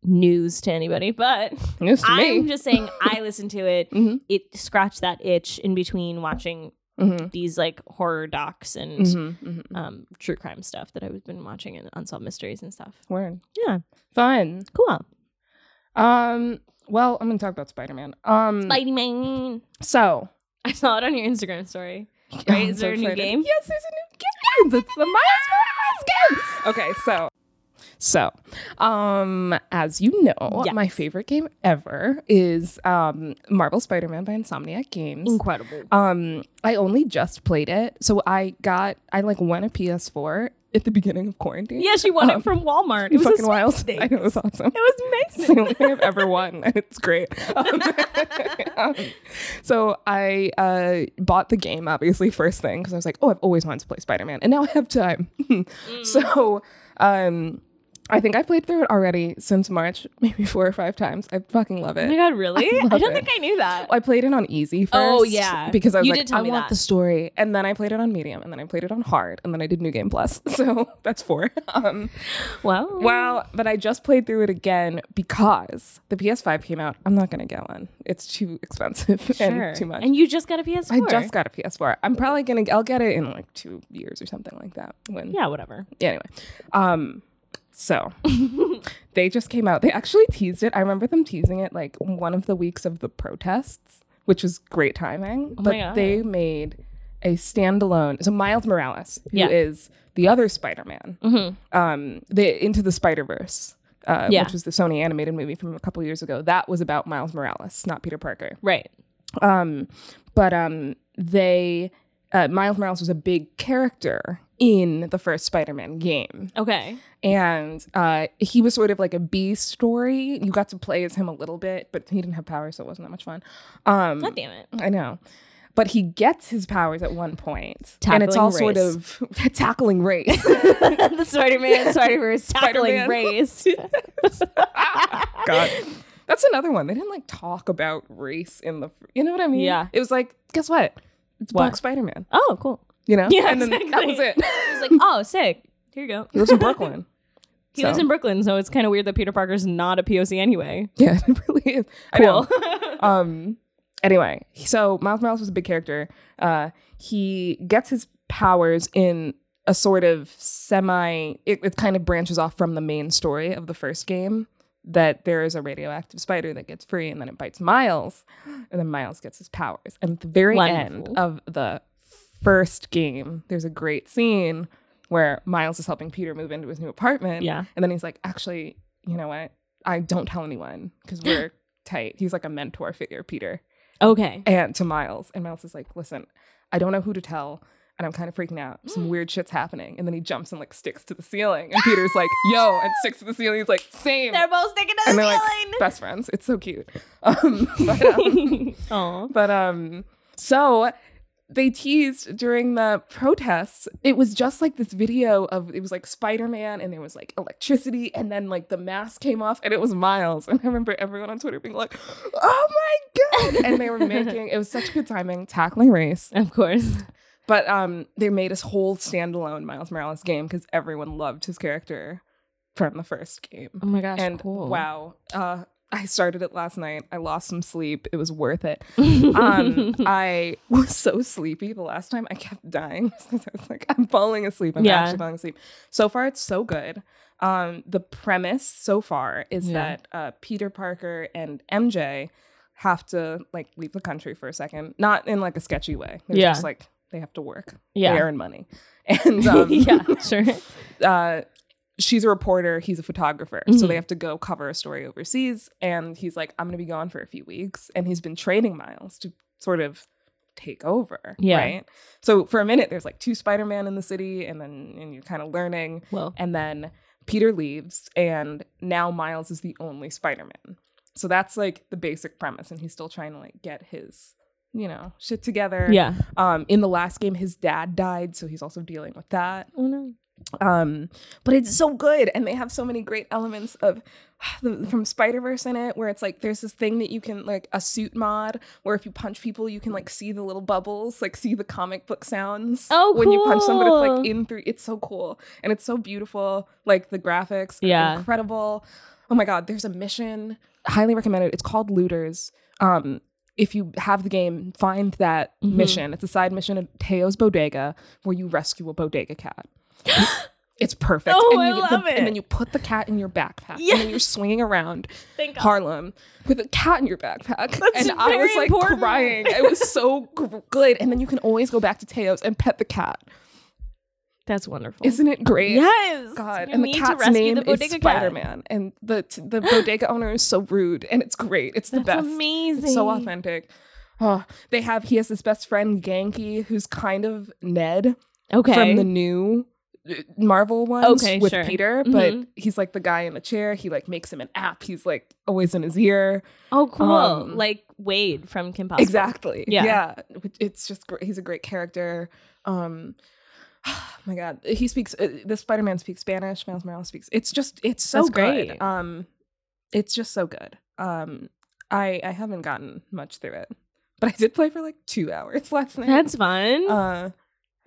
news to anybody, but News to I'm me. just saying I listened to it. Mhm. It scratched that itch in between watching Mhm. these like horror docs and Mhm. Mhm. um true crime stuff that I've been watching and unsolved mysteries and stuff. Word. Yeah, Fun. cool. Um. Well, I'm gonna talk about Spider Man. Um. Mighty Man. so. Mm. I saw it on your Instagram story. Right? Oh, I'm Is there a new game? Yes, there's a new game. It's the Miles Morales game. Okay, so so um as you know, Yes. my favorite game ever is um Marvel Spider-Man by Insomniac Games. Incredible. Um, I only just played it, so I got I like won a PS4 at the beginning of quarantine. Yeah, she won Um, it from Walmart. It It's was fucking a wild. I sweepstakes. know it's awesome. It It's was the amazing. only thing I've ever won, and it's great. Um, um, so I uh, bought the game obviously first thing because I was like, oh, I've always wanted to play Spider Man, and now I have time. Mm. So, um, I think I played through it already since March, maybe four or five times. I fucking love oh my it. god, really? I I, love don't it. think I knew that. I played it on easy first. Oh, yeah. because I was You like, did tell I me want that. the story, and then I played it on medium, and then I played it on hard, and then I did New Game Plus. So that's four. Um, Wow. Wow, but I just played through it again because the PS5 came out. I'm not going to get one. It's too expensive Sure. and too much. And you just got a PS4. I just got a PS4. I'm probably going to I'll get it in like 2 years or something like that. When yeah, whatever. anyway. Um so they just came out. They actually teased it. I remember them teasing it like one of the weeks of the protests, which was great timing. Oh my but God. they made a standalone. So Miles Morales, who is Yeah. the other Spider-Man, Mhm. um, the Into the Spider Verse, uh, Yeah. which was the Sony animated movie from a couple years ago. That was about Miles Morales, not Peter Parker. Right. Um, but um, they uh, Miles Morales was a big character in the first Spider-Man game, Okay. and uh, he was sort of like a B story. You got to play as him a little bit, but he didn't have powers, so it wasn't that much fun. Um, God damn it. I know. But he gets his powers at one point, and it's Tackling all sort race. of tackling race. the Spider Man, Spider Verse tackling Spider-Man. race. God. That's another one. They didn't like talk about race in the, you know what I mean? Yeah. It was like, guess what? It's What? Black Spider Man, oh, cool. you know? Yeah, And then that exactly. was it. He's like, oh, sick. Here you go. he lives in Brooklyn. He lives So- in Brooklyn, so it's kind of weird that Peter Parker's not a POC anyway. Yeah, it really is. I know. Cool. um anyway so miles morales was a big character uh he gets his powers in a sort of semi it, it kind of branches off from the main story of the first game that there is a radioactive spider that gets free and then it bites miles and then miles gets his powers and at the very end Wonderful. of the first game there's a great scene where miles is helping peter move into his new apartment yeah. and then he's like, actually, you know what? I don't tell anyone because we're tight. He's like a mentor figure, Peter, Okay. and to Miles. And Miles is like, listen, I don't know who to tell. And I'm kind of freaking out. Mm. Some weird shit's happening. And then he jumps and like sticks to the ceiling. And Peter's like, yo, and sticks to the ceiling. He's like, same. They're both sticking to And the they're like best friends. It's so cute. Um, but, um, ceiling. Aw. but um, so they teased during the protests. It was just like this video of it was like Spider Man, and there was like electricity, and then like the mask came off, and it was Miles. And I remember everyone on Twitter being like, "Oh my god!" And they were making it was such good timing, tackling race. Of course. But um, they made this whole standalone Miles Morales game because everyone loved his character from the first game Oh my gosh. and wow uh i started it last night i lost some sleep it was worth it um i was so sleepy the last time i kept dying because i was like i'm falling asleep i'm Yeah. actually falling asleep so far it's so good um the premise so far is Yeah. that uh peter parker and mj have to like leave the country for a second not in like a sketchy way They're Yeah. just like they have to work they Yeah. earn money and um yeah. Sure. uh, she's a reporter, he's a photographer. So Mhm. they have to go cover a story overseas. And he's like, I'm going to be gone for a few weeks. And he's been training Miles to sort of take over. Yeah. Right. So for a minute, there's like two Spider Man in the city, and then and you're kind of learning. Well. And then Peter leaves, and now Miles is the only Spider Man. So that's like the basic premise. And he's still trying to like get his, you know, shit together. Yeah. Um, in the last game, his dad died. So he's also dealing with that Oh no. um but it's so good and they have so many great elements of the, from spider-verse in it where it's like there's this thing that you can like a suit mod where if you punch people you can like see the little bubbles like see the comic book sounds Oh, when you punch them but it's cool. like in through it's so cool and it's so beautiful like the graphics are Yeah. incredible oh my god there's a mission highly recommended it's called looters um if you have the game find that Mhm. mission it's a side mission at teo's bodega where you rescue a bodega cat it's perfect. Oh, and you I get the- love it. And then you put the cat in your backpack, Yeah. and then you're swinging around Thank God. Harlem with a cat in your backpack. and I very was like important. crying. It was so gr- good. And then you can always go back to Teo's and pet the cat. That's wonderful. Isn't it great? yes. God, You and the need to cat's rescue name the is bodega cat. Spider Man, and the t- the bodega owner is so rude, and it's great. It's the That's best. amazing. It's so authentic. Oh, they have he has his best friend Genki, who's kind of Ned Okay. from the new uh, Marvel ones Okay, with sure. Peter, but Mhm. he's like the guy in the chair. He like makes him an app. He's like always in his ear. Oh, cool. Um, like Wade from Kim Possible. Exactly. Yeah. Yeah. Which- It's just great. He's a great character. Um, oh my God, he speaks. Uh, the Spider Man speaks Spanish. Miles Morales speaks. It's just. It's so That's great. great. Um, it's just so good. Um, I I haven't gotten much through it, but I did play for like two hours last night. That's fun. uh,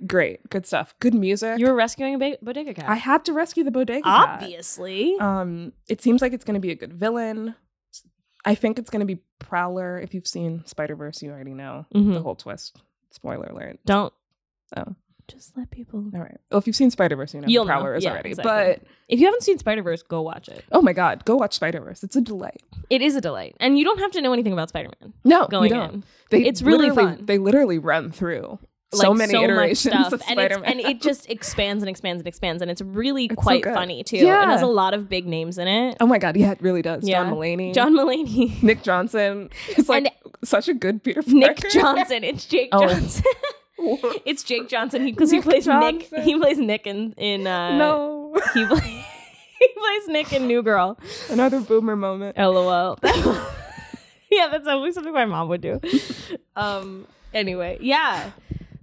great. Good stuff. Good music. you were rescuing a ba- bodega cat. I had to rescue the bodega. cat. Obviously. Um, it seems like it's going to be a good villain. I think it's going to be Prowler. If you've seen Spider Verse, you already know Mhm. the whole twist. Spoiler alert. Don't. Oh. Just let people. All right. Well, if you've seen Spider Verse, you know You'll who Prowler know. is Yeah, already. exactly. But If you haven't seen Spider Verse, go watch it. oh my God, go watch Spider Verse. It's a delight. It is a delight, and you don't have to know anything about Spider Man No, going Oh, you don't. in. They It's really literally- fun. They literally run through so Like, many much iterations of and, it's, Spider Man. and it just expands and expands and expands, and it's really It's so quite good. funny too. It Yeah. has a lot of big names in it. oh my God, yeah, it really does. Yeah. John Mulaney, John Mulaney, Nick Johnson. It's like such a good Peter Parker. Nick Johnson, it's Jake Oh. Johnson. it's Jake Johnson because he Nick plays Nick. Johnson. He plays Nick in in uh, no, He, play, he plays Nick in New Girl. another boomer moment. LOL. yeah, that's always something my mom would do. Um. Anyway, yeah,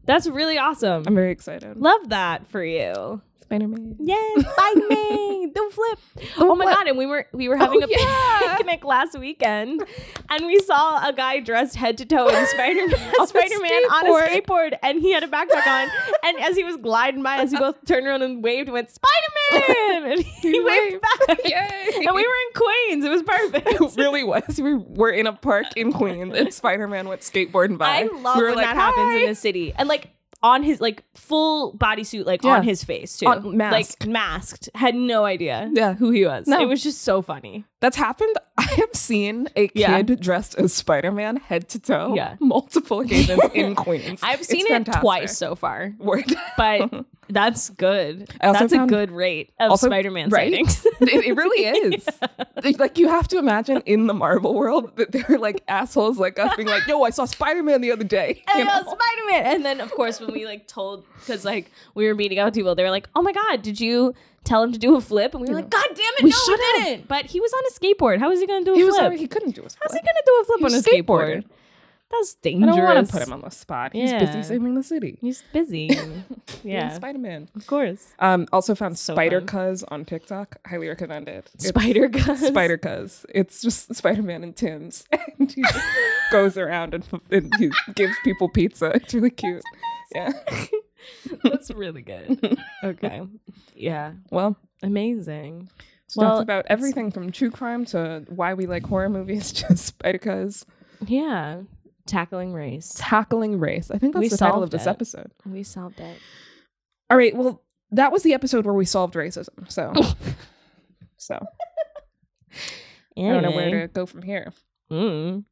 that's really awesome. I'm very excited. Love that for you. Spider Man. Yes, by me. The flip. oh my flip. god! And we were we were having Oh, a yeah. picnic last weekend, and we saw a guy dressed head to toe in Spider Man On a Spider Man on a skateboard. skateboard, and he had a backpack on. And as he was gliding by, as we both turned around and waved, went Spider Man, and he, He waved waved. back. Yay! And we were in Queens. It was perfect. it really was. We were in a park in Queens, and Spider Man went skateboarding by. I love we were when like, that happens "Hi." in the city. And like on his like full bodysuit, like Yeah. on his face too. On- masked. Like masked. Had no idea Yeah. who he was. No. It was just so funny. That's happened. I have seen a kid Yeah. dressed as Spider Man head to toe. Yeah. multiple occasions in Queens. I've It's seen it fantastic. twice so far. Word. But that's good. I also That's a found- good rate of also- Spider Man right? sightings. It, it really is. Like you have to imagine in the Marvel world that there are like assholes like us being like, "Yo, I saw Spider Man the other day." You know? Spider Man. And then, of course, when we like told, because like we were meeting up with people, they were like, "Oh my God, did you tell him to do a flip?" And we were like, "God damn it, We no, should've. we didn't." But he was on a skateboard. How was he going to do a He flip? was already, he couldn't do a How's split. he gonna do a flip on He's a skateboard? skateboarding. That's I dangerous. don't want to put him on the spot. He's Yeah. busy saving the city. He's busy. yeah, Spider Man. of course. Um, also found So Spider fun. Cuz on TikTok. Highly recommend it. Spider gun. Spider Cuz. It's just Spider Man and Tim's, and he just goes around and, and he gives people pizza. It's really cute. Yeah. That's really good. Okay. Yeah. Well, Amazing. it's Well, talked about everything from true crime to why we like horror movies to Spider Cuz Yeah. Tackling race. tackling race. I think that's We the title of solved this it. episode. We solved it. All right. Well, that was the episode where we solved racism. So, so I don't know where to go from here. Mm.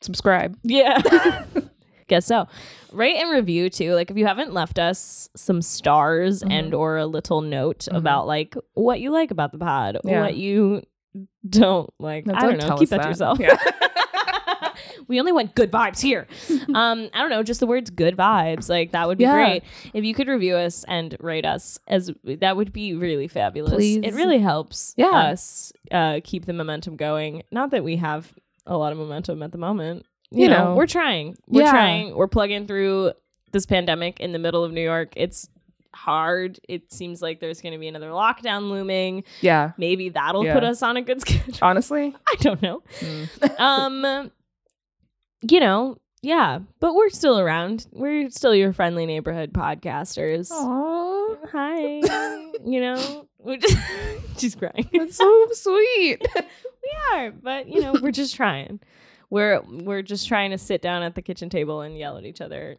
Subscribe. Yeah. Guess so. Rate and review too. Like if you haven't left us some stars Mhm. and or a little note Mhm. about like what you like about the pod, Yeah. what you don't like. No, I don't don't know. tell Keep us that, to that. yourself. we only want good vibes here. Um, I don't know, just the words good vibes. Like that would be Yeah. great. If you could review us and rate us as that would be really fabulous. Please. It really helps Yeah. us uh keep the momentum going. Not that we have a lot of momentum at the moment. You, You know, know. we're trying. We're Yeah. trying. We're plugging through this pandemic in the middle of New York. It's hard. It seems like there's going to be another lockdown looming. Yeah. Maybe that'll Yeah. Mm. put us on a good schedule. Honestly, I don't know um you know yeah but we're still around we're still your friendly neighborhood podcasters Aww. hi you know we're just she's crying we That's so sweet. are but you know we're just trying we're we're just trying to sit down at the kitchen table and yell at each other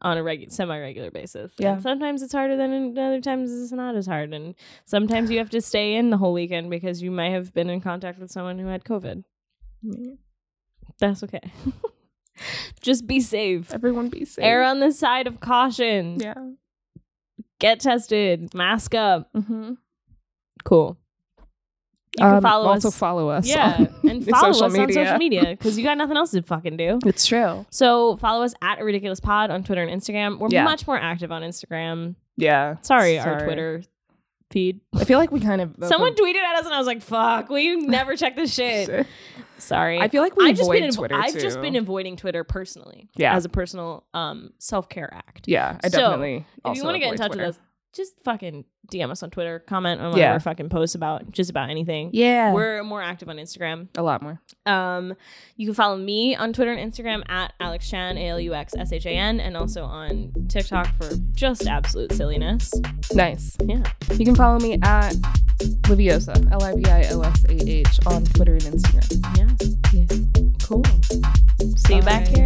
on a regu- semi-regular basis And Yeah. sometimes it's harder than and other times it's not as hard and sometimes you have to stay in the whole weekend because you might have been in contact with someone who had covid That's okay. Just be safe. Everyone be safe. Err on the side of caution. Yeah. Get tested. Mask up. Mm-hmm. Cool. You can Um, follow also us. follow us. yeah, on and follow us social on social media because you got nothing else to fucking do. It's true. So follow us at a ridiculous pod on Twitter and Instagram. We're Yeah. much more active on Instagram. Yeah. Sorry, our Twitter feed. I feel like we kind of Someone tweeted at us and I was like, "Fuck, we never check this shit." Sorry. I feel like we I've just avoid been avo- Twitter. I've too. just been avoiding Twitter personally. Yeah. As a personal um self care act. Yeah, I So, definitely. If you want to get in touch with us, just fucking DM us on Twitter, comment on whatever Yeah. fucking posts about just about anything. yeah, We're more active on Instagram. a lot more. Um, you can follow me on Twitter and Instagram at Alex Shan, A L U X S H A N, and also on TikTok for just absolute silliness. Nice. Yeah. You can follow me at Liviosa, L I V I O S A H, on Twitter and Instagram. Yeah. Cool. See you back Bye. here.